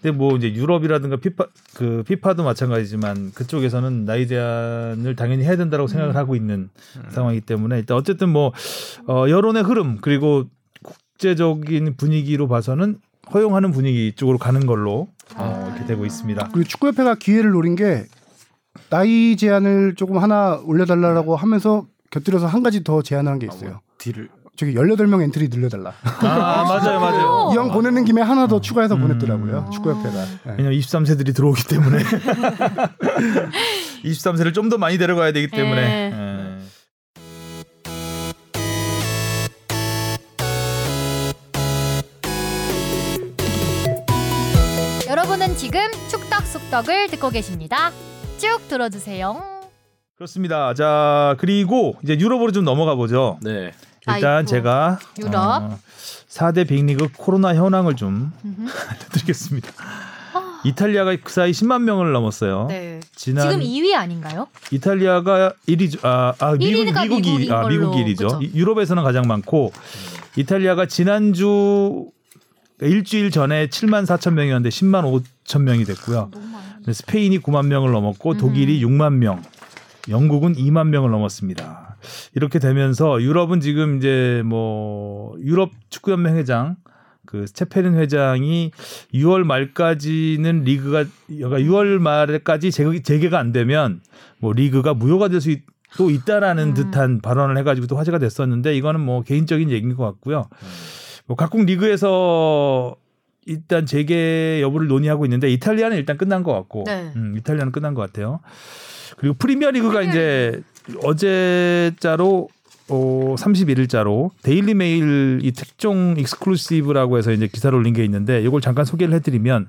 근데 뭐 이제 유럽이라든가 피파 그 피파도 마찬가지지만 그쪽에서는 나이 제한을 당연히 해야 된다라고 생각을 하고 있는 상황이기 때문에 일단 어쨌든 뭐 어, 여론의 흐름 그리고 국제적인 분위기로 봐서는 허용하는 분위기 쪽으로 가는 걸로 어, 이렇게 되고 있습니다. 그리고 축구협회가 기회를 노린 게 나이 제한을 조금 하나 올려달라고 하면서 곁들여서 한 가지 더 제안한 게 있어요. 딜을 저기 18명 엔트리 늘려달라. (laughs) 아 맞아요 맞아요. 이왕 보내는 김에 하나 더 추가해서 음. 보냈더라고요. 축구협회가. 네. 왜냐면 23세들이 들어오기 때문에 23세를 좀 더 (laughs) 많이 데려가야 되기 때문에 예. 여러분은 지금 축덕숙덕을 듣고 계십니다. 쭉 들어주세요. 그렇습니다. 자 그리고 이제 유럽으로 좀 넘어가 보죠. 네. 일단 아이고, 제가 유럽. 어, 4대 빅리그 코로나 현황을 좀 (laughs) 알려드리겠습니다. 이탈리아가 그 사이 10만 명을 넘었어요. 네. 지난 지금 2위 아닌가요? 이탈리아가 1위죠. 아, 아 미국, 일위가 미국이 미국인 아, 걸로, 미국이 1위죠. 그쵸? 유럽에서는 가장 많고 이탈리아가 지난주 일주일 전에 7만 4천 명이었는데 10만 5천 명이 됐고요. 너무 많이. 근데 스페인이 9만 명을 넘었고 독일이 6만 명, 영국은 2만 명을 넘었습니다. 이렇게 되면서 유럽은 지금 이제 뭐 유럽 축구 연맹 회장 그 스테페린 회장이 6월 말까지는 리그가 그러니까 6월 말까지 재개, 재개가 안 되면 뭐 리그가 무효가 될 수 또 있다라는 듯한 발언을 해가지고 또 화제가 됐었는데 이거는 뭐 개인적인 얘기인 것 같고요. 뭐 각국 리그에서 일단 재개 여부를 논의하고 있는데 이탈리아는 일단 끝난 것 같고 네. 음, 이탈리아는 끝난 것 같아요. 그리고 프리미어 리그가 이제 어제자로 어, 31일자로 데일리 메일 이 특종 익스클루시브라고 해서 이제 기사를 올린 게 있는데 이걸 잠깐 소개를 해드리면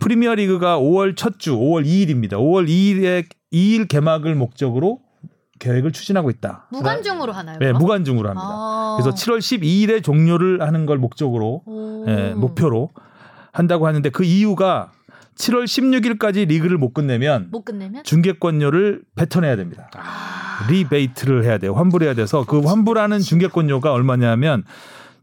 프리미어 리그가 5월 첫 주 5월 2일입니다. 5월 2일에 2일 개막을 목적으로 계획을 추진하고 있다. 무관중으로 하나요? 네, 그럼? 무관중으로 합니다. 아. 그래서 7월 12일에 종료를 하는 걸 목적으로 오. 예, 목표로 한다고 하는데 그 이유가 7월 16일까지 리그를 못 끝내면 못 끝내면 중계권료를 뱉어내야 됩니다. 리베이트를 해야 돼요. 환불해야 돼서 그 환불하는 중계권료가 얼마냐면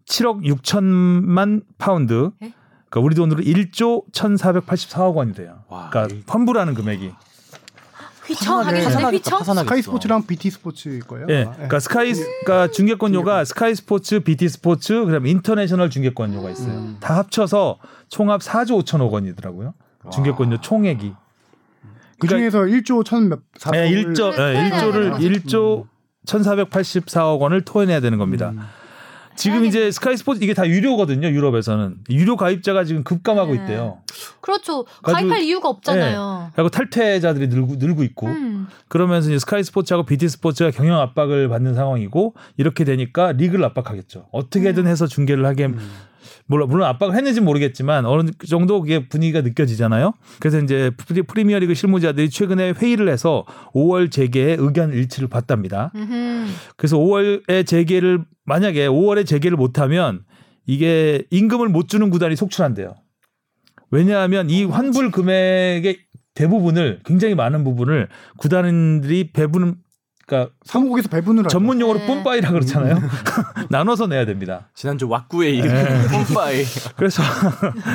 7억 6천만 파운드. 에? 그러니까 우리 돈으로 1조 1,484억 원이 돼요. 와. 그러니까 환불하는 금액이. 아, 휘청하기 전에 파산하겠다, 휘청. 파산하겠어. 스카이 스포츠랑 BT 스포츠일 거예요. 예. 아마. 예. 그러니까 스카이 그러니까 중계권료가 스카이 스포츠, BT 스포츠, 그다음에 인터내셔널 중계권료가 있어요. 다 합쳐서 총합 4조 5천억 원이더라고요. 중계권료 총액이. 그 그러니까 중에서 1조 1,400. 예, 1조 토해내야 예, 1조를 되는 1조 1,484억 원을 토해내야 되는 겁니다. 지금 이제 스카이 스포츠 이게 다 유료거든요. 유럽에서는 유료 가입자가 지금 급감하고 네. 있대요. 그렇죠. 가지고- 가입할 이유가 없잖아요. 그리고 탈퇴자들이 늘고 늘고 있고 음. 그러면서 이제 스카이 스포츠하고 BT 스포츠가 경영 압박을 받는 상황이고 이렇게 되니까 리그를 압박하겠죠. 음. 어떻게든 해서 중계를 하게 물론 물론 압박을 했는지 는 모르겠지만 어느 정도 그게 분위기가 느껴지잖아요. 그래서 이제 프리- 프리미어리그 실무자들이 최근에 회의를 해서 5월 재개에 의견 일치를 봤답니다. 음흠. 그래서 5월에 재개를 만약에 5월에 재개를 못하면 이게 임금을 못 주는 구단이 속출한대요. 왜냐하면 이 환불 금액의 대부분을 굉장히 많은 부분을 구단들이 배분 그러니까 사무국에서 배분을 하죠. 전문 용어로 네. 뿜빠이라 그러잖아요. (laughs) 나눠서 내야 됩니다. 지난주 왁구의 이름 (laughs) 뽐빠이 그래서 (laughs)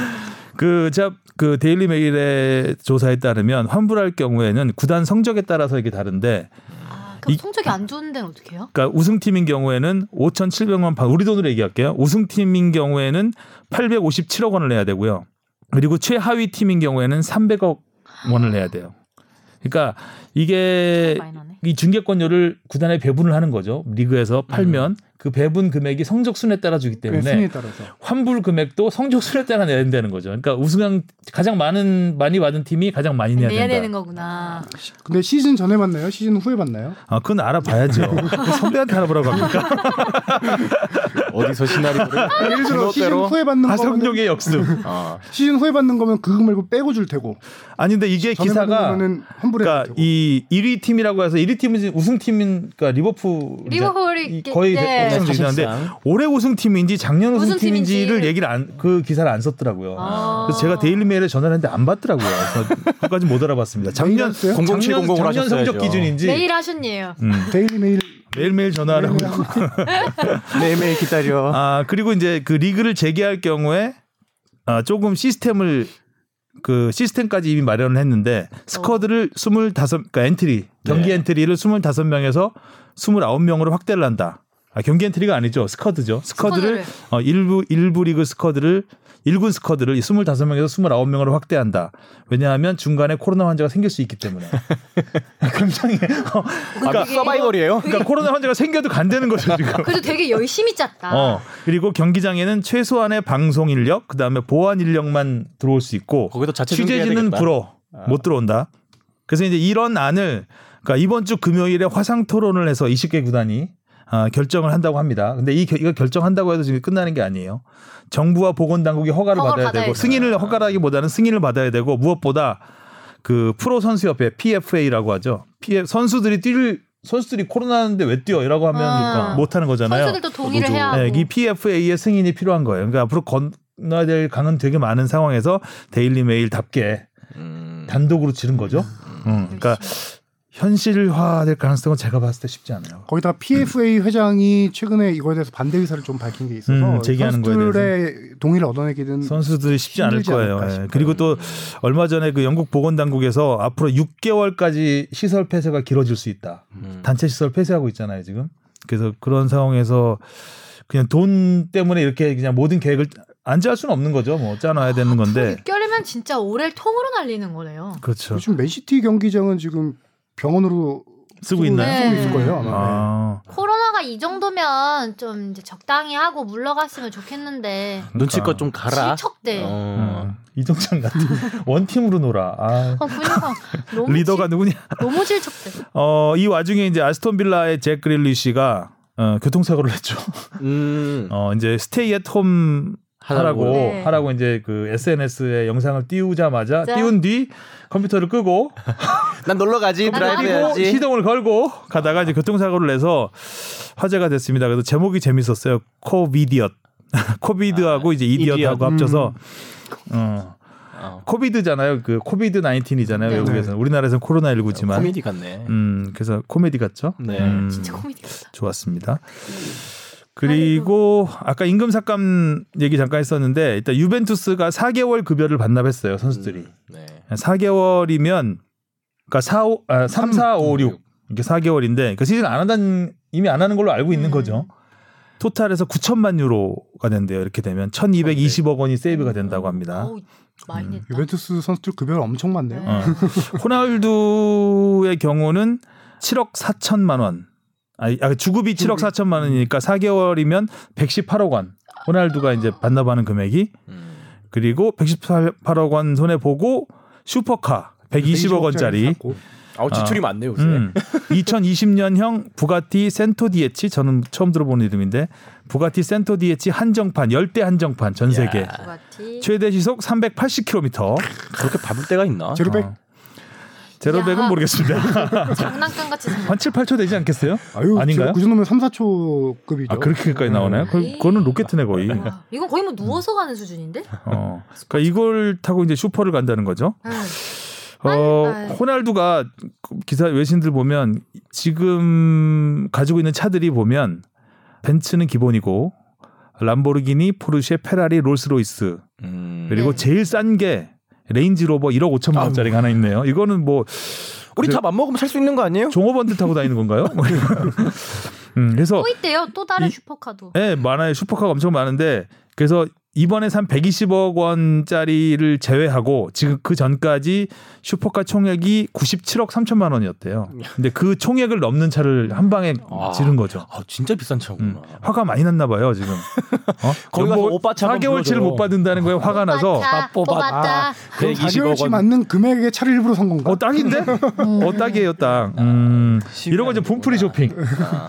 그 제가 그 데일리 메일의 조사에 따르면 환불할 경우에는 구단 성적에 따라서 이게 다른데 아, 그럼 이- 성적이 안 좋은 데는 어떻게 해요? 그러니까 우승팀인 경우에는 5,700만 파 우리 돈으로 얘기할게요. 우승팀인 경우에는 857억 원을 내야 되고요. 그리고 최하위 팀인 경우에는 300억 원을 내야 돼요. 그러니까 이게 많이 나네. 이 중계권료를 구단에 배분을 하는 거죠. 리그에서 팔면 그 배분 금액이 성적 순에 따라 주기 네, 때문에 음. 순위에 따라서. 환불 금액도 성적 순에 따라 내야 된다는 거죠. 그러니까 우승한 가장 많은 많이 받은 팀이 가장 많이 내야 내야 된다. 되는 거구나. 근데 시즌 전에 만나요? 시즌 후에 만나요? 아, 그건 (laughs) 알아봐야죠. 선배한테 알아보라고 합니까? 어디서 시나리오를 예를 들어 (laughs) 시즌 그것대로 후에 받는 거면 하성룡의 역습. 아, 시즌 후에 받는 거면 그거 말고 빼고 줄 테고 아니 근데 이게 전에 기사가 받는 거면은 환불해 줄 그러니까 테고. 이 1위 팀이라고 해서 1위 팀은 지금 우승 팀인 그러니까 리버풀 리버풀이 거의 네. 우승 중인데 사실상. 올해 우승 팀인지 작년 우승, 우승 팀인지를- 팀인지를 얘기를 안 그 기사를 안 썼더라고요. 아. 그래서 제가 데일리 메일에 전화를 했는데 안 받더라고요. 그래서 그까지 못 알아봤습니다. 작년 메일 작년, 왔어요? 작년 00700 으로 성적 하셨어야죠. 기준인지 매일 하셨네요. 음. 데일리 메일 매일매일 전화를 하고 네 매일매일 기다려. 아 그리고 이제 그 리그를 재개할 경우에 아, 조금 시스템을 그 시스템까지 이미 마련을 했는데 스쿼드를 25 그러니까 엔트리 경기 네. 엔트리를 25명에서 29명으로 확대를 한다. 아, 경기 엔트리가 아니죠. 스쿼드죠. 스쿼드를 스쿼드를. 어, 일부 일부 리그 스쿼드를 일군 스쿼드를 25명에서 29명으로 확대한다. 왜냐하면 중간에 코로나 환자가 생길 수 있기 때문에. (laughs) 굉장히 어, 아, 그러니까- 서바이벌이에요? 그러니까 코로나 환자가 생겨도 간다는 거죠, 지금. 그래도 되게 열심히 짰다. 어 그리고 경기장에는 최소한의 방송 인력 그다음에 보안 인력만 들어올 수 있고 거기도 자체 취재진은 준비해야 되겠다. 불어 못 들어온다. 그래서 이제 이런 안을 그러니까 이번 주 금요일에 화상 토론을 해서 20개 구단이 아, 결정을 한다고 합니다. 근데 이 결- 이거 결정한다고 해도 지금 끝나는 게 아니에요. 정부와 보건 당국이 허가를 허가 받아야 받아야 되고 돼요. 승인을 허가라기보다는 승인을 받아야 되고 무엇보다 그 프로 선수 협회 PFA라고 하죠. PF 선수들이 뛸 선수들이 코로나인데 왜 뛰어? 이라고 하면 아. 못 하는 거잖아요. 선수들도 뭐 동의를 해야 하고. 네, 이 PFA의 승인이 필요한 거예요. 그러니까 앞으로 건너야 될 강은 되게 많은 상황에서 데일리 메일답게 음. 단독으로 지른 거죠. 음, 그러니까 현실화될 가능성은 제가 봤을 때 쉽지 않아요. 거기다가 PFA 회장이 최근에 이거에 대해서 반대 의사를 좀 밝힌 게 있어서 음, 제기하는 거에 선수들의 동의를 얻어내기는 선수들이 쉽지 않을 힘들지 거예요. 않을까 예. 싶어요. 음. 그리고 또 얼마 전에 그 영국 보건당국에서 앞으로 6개월까지 시설 폐쇄가 길어질 수 있다. 음. 단체 시설 폐쇄하고 있잖아요 지금. 그래서 그런 상황에서 그냥 돈 때문에 이렇게 그냥 모든 계획을 안 짤 수는 없는 거죠. 뭐 짜놔야 아, 되는 건데. 6개월이면 진짜 올해를 통으로 날리는 거네요. 그렇죠. 요즘 맨시티 경기장은 지금 병원으로 쓰고 있나요? 쓰고 네. 있을 거예요. 아마. 아, 코로나가 이 정도면 좀 이제 적당히 하고 물러갔으면 좋겠는데 눈치껏 좀 가라. 질척대. 어. 어. 음. 이정찬 (laughs) 같은 원팀으로 놀아. 아. (laughs) 그러니까 너무 리더가 누구냐? 질, 너무 질척대. 어, 이 와중에 이제 아스톤 빌라의 잭 그릴리시가 어, 교통사고를 했죠. (laughs) 음. 어, 이제 스테이 앳홈 하라고 하라고. 네. 하라고 이제 그 SNS에 영상을 띄우자마자 자. 띄운 뒤 컴퓨터를 끄고 난 놀러 가지 난 드라이브 그리고 해야지. 시동을 걸고 가다가 이제 교통사고를 내서 화제가 됐습니다. 그래서 제목이 재밌었어요. 코비디엇. (laughs) 코비드하고 이제 이디엇하고 이디엇. 합쳐서 어. 어. 코비드잖아요. 그 코비드 19이잖아요. 네. 외국에서는 우리나라에서는 코로나 19지만 코미디 같네. 음 그래서 코미디 같죠. 네. 음, 진짜 코미디 같다. 음. 좋았습니다. 그리고 아까 임금 삭감 얘기 잠깐 했었는데 일단 유벤투스가 4개월 급여를 반납했어요 선수들이. 음, 네. 4개월이면 그러니까 4, 5, 아, 3, 4, 5, 6 이게 4개월인데 그러니까 시즌 안 한다는 이미 안 하는 걸로 알고 있는 음. 거죠. 토탈에서 9천만 유로가 된대요. 이렇게 되면 1,220억 원이 음. 세이브가 된다고 합니다. 어우 많이 음. 냈다. 네. 유벤투스 선수들 급여가 엄청 많네요. 네. 어. 호날두의 경우는 7억 4천만 원. 아, 아, 주급이 7억 4천만 원이니까 4개월이면 118억 원. 호날두가 이제 반납하는 금액이 음. 그리고 118억 원 손해 보고 슈퍼카 120억 원짜리 샀고. 아우 지출이 아. 많네 요새. 음. (laughs) 2020년형 부가티 센토디에치 저는 처음 들어본 이름인데 부가티 센토디에치 한정판 열대 한정판 전 세계 야. 부가티. 최대 시속 380km 그렇게 밟을 데가 있나? 제로백 어. 제로백은 야. 모르겠습니다 장난감 같이 생겼. 한 7, 8초 되지 않겠어요? 아유 아닌가요? 그 정도면 3, 4초 급이죠. 아 그렇게까지 나오나요? 그, 그거는 로켓이네 거의. 와, 이건 거의 뭐 누워서 가는 수준인데? 어. 그러니까 이걸 타고 이제 슈퍼를 간다는 거죠. 응. 어, 아유. 호날두가 기사 외신들 보면 지금 가지고 있는 차들이 보면 벤츠는 기본이고 람보르기니, 포르쉐, 페라리, 롤스로이스 음. 그리고 네. 제일 싼 게 레인지로버 1억 5천만 원짜리가 하나 있네요. 이거는 뭐 우리 근데- 다 맘먹으면 살 수 있는 거 아니에요? 종업원들 타고 다니는 건가요? 뭐 음, 그래서 또 있대요. 또 다른 이- 슈퍼카도. 예, 많아요. 슈퍼카가 엄청 많은데 그래서 이번에 산 120억 원짜리를 제외하고 지금 그 전까지 슈퍼카 총액이 97억 3천만 원이었대요. 근데 그 총액을 넘는 차를 한 방에 아. 지른 거죠. 아 진짜 비싼 차구나. 음, 화가 많이 났나 봐요 지금. 어? (laughs) 거기 가서 오빠 차 한번 4개월치를 못 불러줘. 받는다는 거에 화가 나서 뽑았다. 뽑았다. 그럼 120억 4개월치 원. 맞는 금액의 차를 일부러 산 건가? 어 땅인데? 어 땅이에요 땅. 음, 아, 이런 거 이제 분풀이 쇼핑.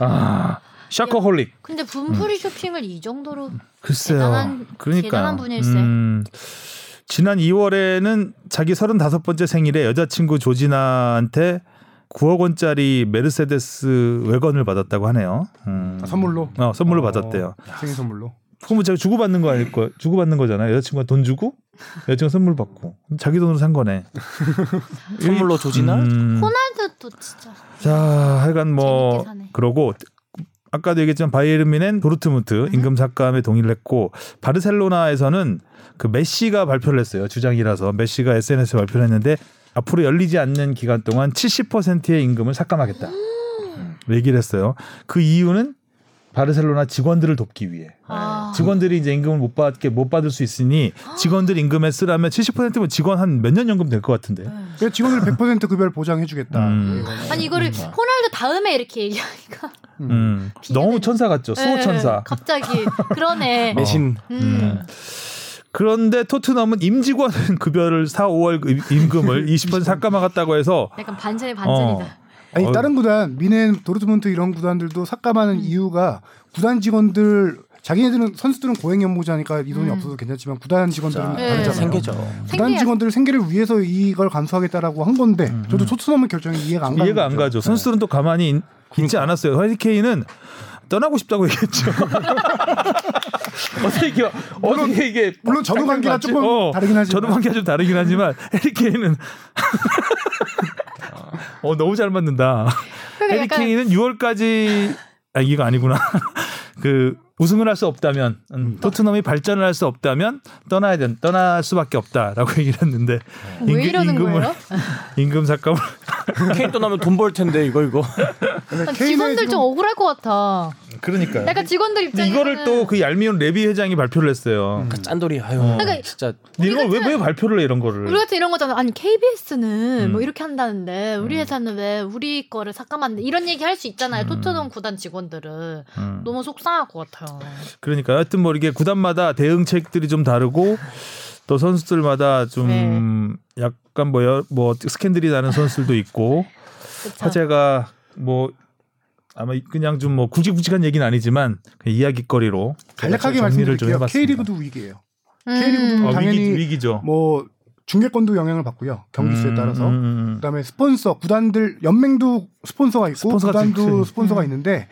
아, 샤커홀릭. 근데 분풀이 쇼핑을 이 정도로 글쎄요. 대단한- 그러니까 대단한 분일세. 지난 2월에는 자기 35번째 생일에 여자친구 조지나한테 9억 원짜리 메르세데스 외건을 받았다고 하네요. 음. 아, 선물로. 어, 선물로 어, 받았대요. 생일 선물로. 그럼 제가 주고받는 거 아닐 거 주고받는 거잖아요. 여자친구가 돈 주고 여자친구 선물 받고 자기 돈으로 산 거네. 선물로 조지나? 음. 호날두도 진짜 자, 하여간 뭐 재밌게 사네. 그러고 아까도 얘기했지만 바이에른 뮌헨 음. 도르트문트 임금 삭감에 동의를 했고 바르셀로나에서는 그 메시가 발표를 했어요. 주장이라서 메시가 SNS에 발표를 했는데 앞으로 열리지 않는 기간 동안 70%의 임금을 삭감하겠다. 음. 얘기를 했어요. 그 이유는 바르셀로나 직원들을 돕기 위해. 아. 직원들이 이제 임금을 못 받게 못 받을 수 있으니 직원들 임금에 쓰라면 70%면 직원 한 몇 년 연금 될 것 같은데. 네. 그래서 직원들 100% 급여를 보장해주겠다. 네, 음. 아니 이거를 호날두 다음에 이렇게 얘기하니까 음. 너무 천사 같죠. 수호 예, 천사. 갑자기 어. 그러네. 대신 음. 그런데 토트넘은 임직원 급여를 4, 5월 그 임- 임금을 20% 삭감하겠다고 해서 네, 약간 반전의 네, 어, 반전이다. 아니 어휴. 다른 구단 미넨 도르트문트 이런 구단들도 삭감하는 이유가 구단 직원들 자기네들은 선수들은 고액 연봉자니까 이 돈이 음. 없어도 괜찮지만 구단 직원들은 네. 다르잖아요. 생계죠. 구단 생계야. 직원들 생계를 위해서 이걸 감수하겠다라고 한 건데 저도 토트넘의 결정이 이해가 안 음, 가요. 어, 이해가 안 가죠. 선수들은 또 가만히 있- 있지 않았어요. 해리케인은 떠나고 싶다고 (laughs) 얘기했죠. 어떻게 이게 어떻게 이게 물론 저도 관계가 맞지? 어. 조금 다르긴 하지만. 저도 관계가 좀 다르긴 (laughs) 하지만 해리케인은 (laughs) 어 너무 잘 맞는다. 그러니까 약간- 해리케인은 6월까지 아 이거 아니구나. (laughs) 그 우승을 할 수 없다면 음, 토트넘이 발전을 할 수 없다면 떠나야 된 떠날 수밖에 없다라고 (laughs) 얘기를 했는데 왜 이러는 임금을- 거예요? (laughs) (laughs) 임금 삭감을 케인 떠나면 돈 벌 텐데 이거 이거. 음. 근데 케인의 직원들 지금 좀 억울할 것 같아. 그러니까요. 약간 직원들 근데 입장에서는 이거를 또 그 얄미운 레비 회장이 발표를 했어요. 음. 짠돌이 아유. 그러니까 진짜 근데 이걸 왜, 왜 발표를 해 이런 거를? 우리 같은 이런 거잖아. 아니 KBS는 음. 뭐 이렇게 한다는데 우리 회사는 왜 우리 거를 삭감한데 이런 얘기 할 수 있잖아요. 토트넘 구단 직원들은 음. 너무 속상할 것 같아요. 그러니까 하여튼 뭐 이게 구단마다 대응책들이 좀 다르고 또 선수들마다 좀 약간 뭐, 여, 뭐 스캔들이 나는 선수들도 있고 화제가 뭐 아마 그냥 좀 뭐 굵직굵직한 얘기는 아니지만 그냥 이야기거리로 간략하게 제가 정리를 좀 말씀드릴게요. 해봤습니다. K리그도 위기예요. 음. K리그도 아, 당연히 위기, 위기죠. 뭐 중계권도 영향을 받고요. 경기수에 음, 따라서. 음, 음. 그다음에 스폰서 구단들 연맹도 스폰서가 있고 스폰서가 음. 구단도 지금- 스폰서가 있는데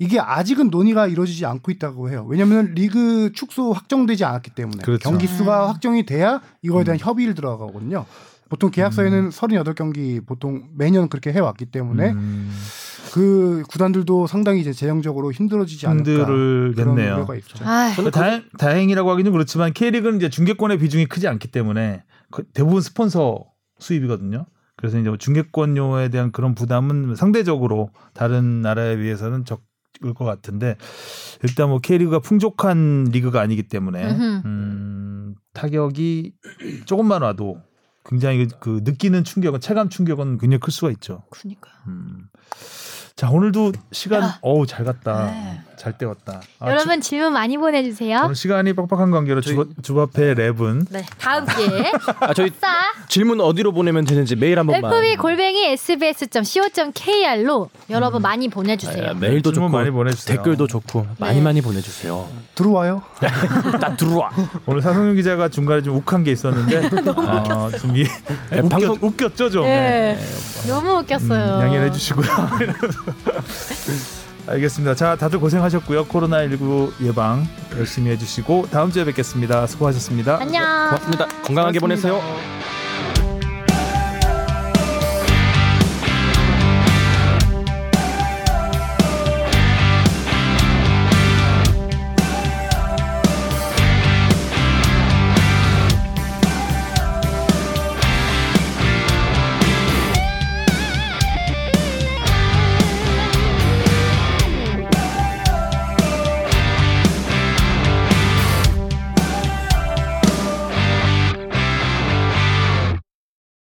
이게 아직은 논의가 이루어지지 않고 있다고 해요. 왜냐하면 리그 축소 확정되지 않았기 때문에 그렇죠. 음. 경기 수가 확정이 돼야 이거에 대한 협의를 들어가거든요. 보통 계약서에는 38경기 보통 매년 그렇게 해왔기 때문에 음. 그 구단들도 상당히 이제 재정적으로 힘들어지지 않을까 그런 힘들겠네요. 우려가 있죠. 아이, 그러니까 다행, 다행이라고 하긴 좀 그렇지만 K리그는 이제 중계권의 비중이 크지 않기 때문에 그 대부분 스폰서 수입이거든요. 그래서 이제 중계권료에 대한 그런 부담은 상대적으로 다른 나라에 비해서는 적을 것 같은데 일단 뭐 K리그가 풍족한 리그가 아니기 때문에 음흠. 음, 타격이 조금만 와도 굉장히 그 느끼는 충격은 체감 충격은 굉장히 클 수가 있죠. 그러니까. 음. 자 오늘도 시간 어우 잘 갔다 네. 잘 때 왔다. 아, 여러분 질문 많이 보내주세요. 저는 시간이 빡빡한 관계로 주, 주바페 랩은 네 다음 (laughs) 기회에 아 저희 싸. 질문 어디로 보내면 되는지 메일 한 번만. FB 골뱅이 sbs.co.kr로 음. 여러분 많이 보내주세요. 아, 메일도 네, 질문 좋고 많이 보내주세요. 댓글도 좋고 많이 많이 보내주세요. 들어와요. 딱 들어와. 오늘 사성윤 기자가 중간에 좀 욱한 게 있었는데 (laughs) 아, 좀 이, 웃겼, 네, 방송- 웃겼죠 좀 네. 음, 예. 너무 웃겼어요. 양해해 주시고요. (laughs) 알겠습니다. 자 다들 고생하셨고요. 코로나19 예방 열심히 해주시고 다음 주에 뵙겠습니다. 수고하셨습니다. 안녕. 어? 고맙습니다. 건강하게 보내세요. 고맙습니다.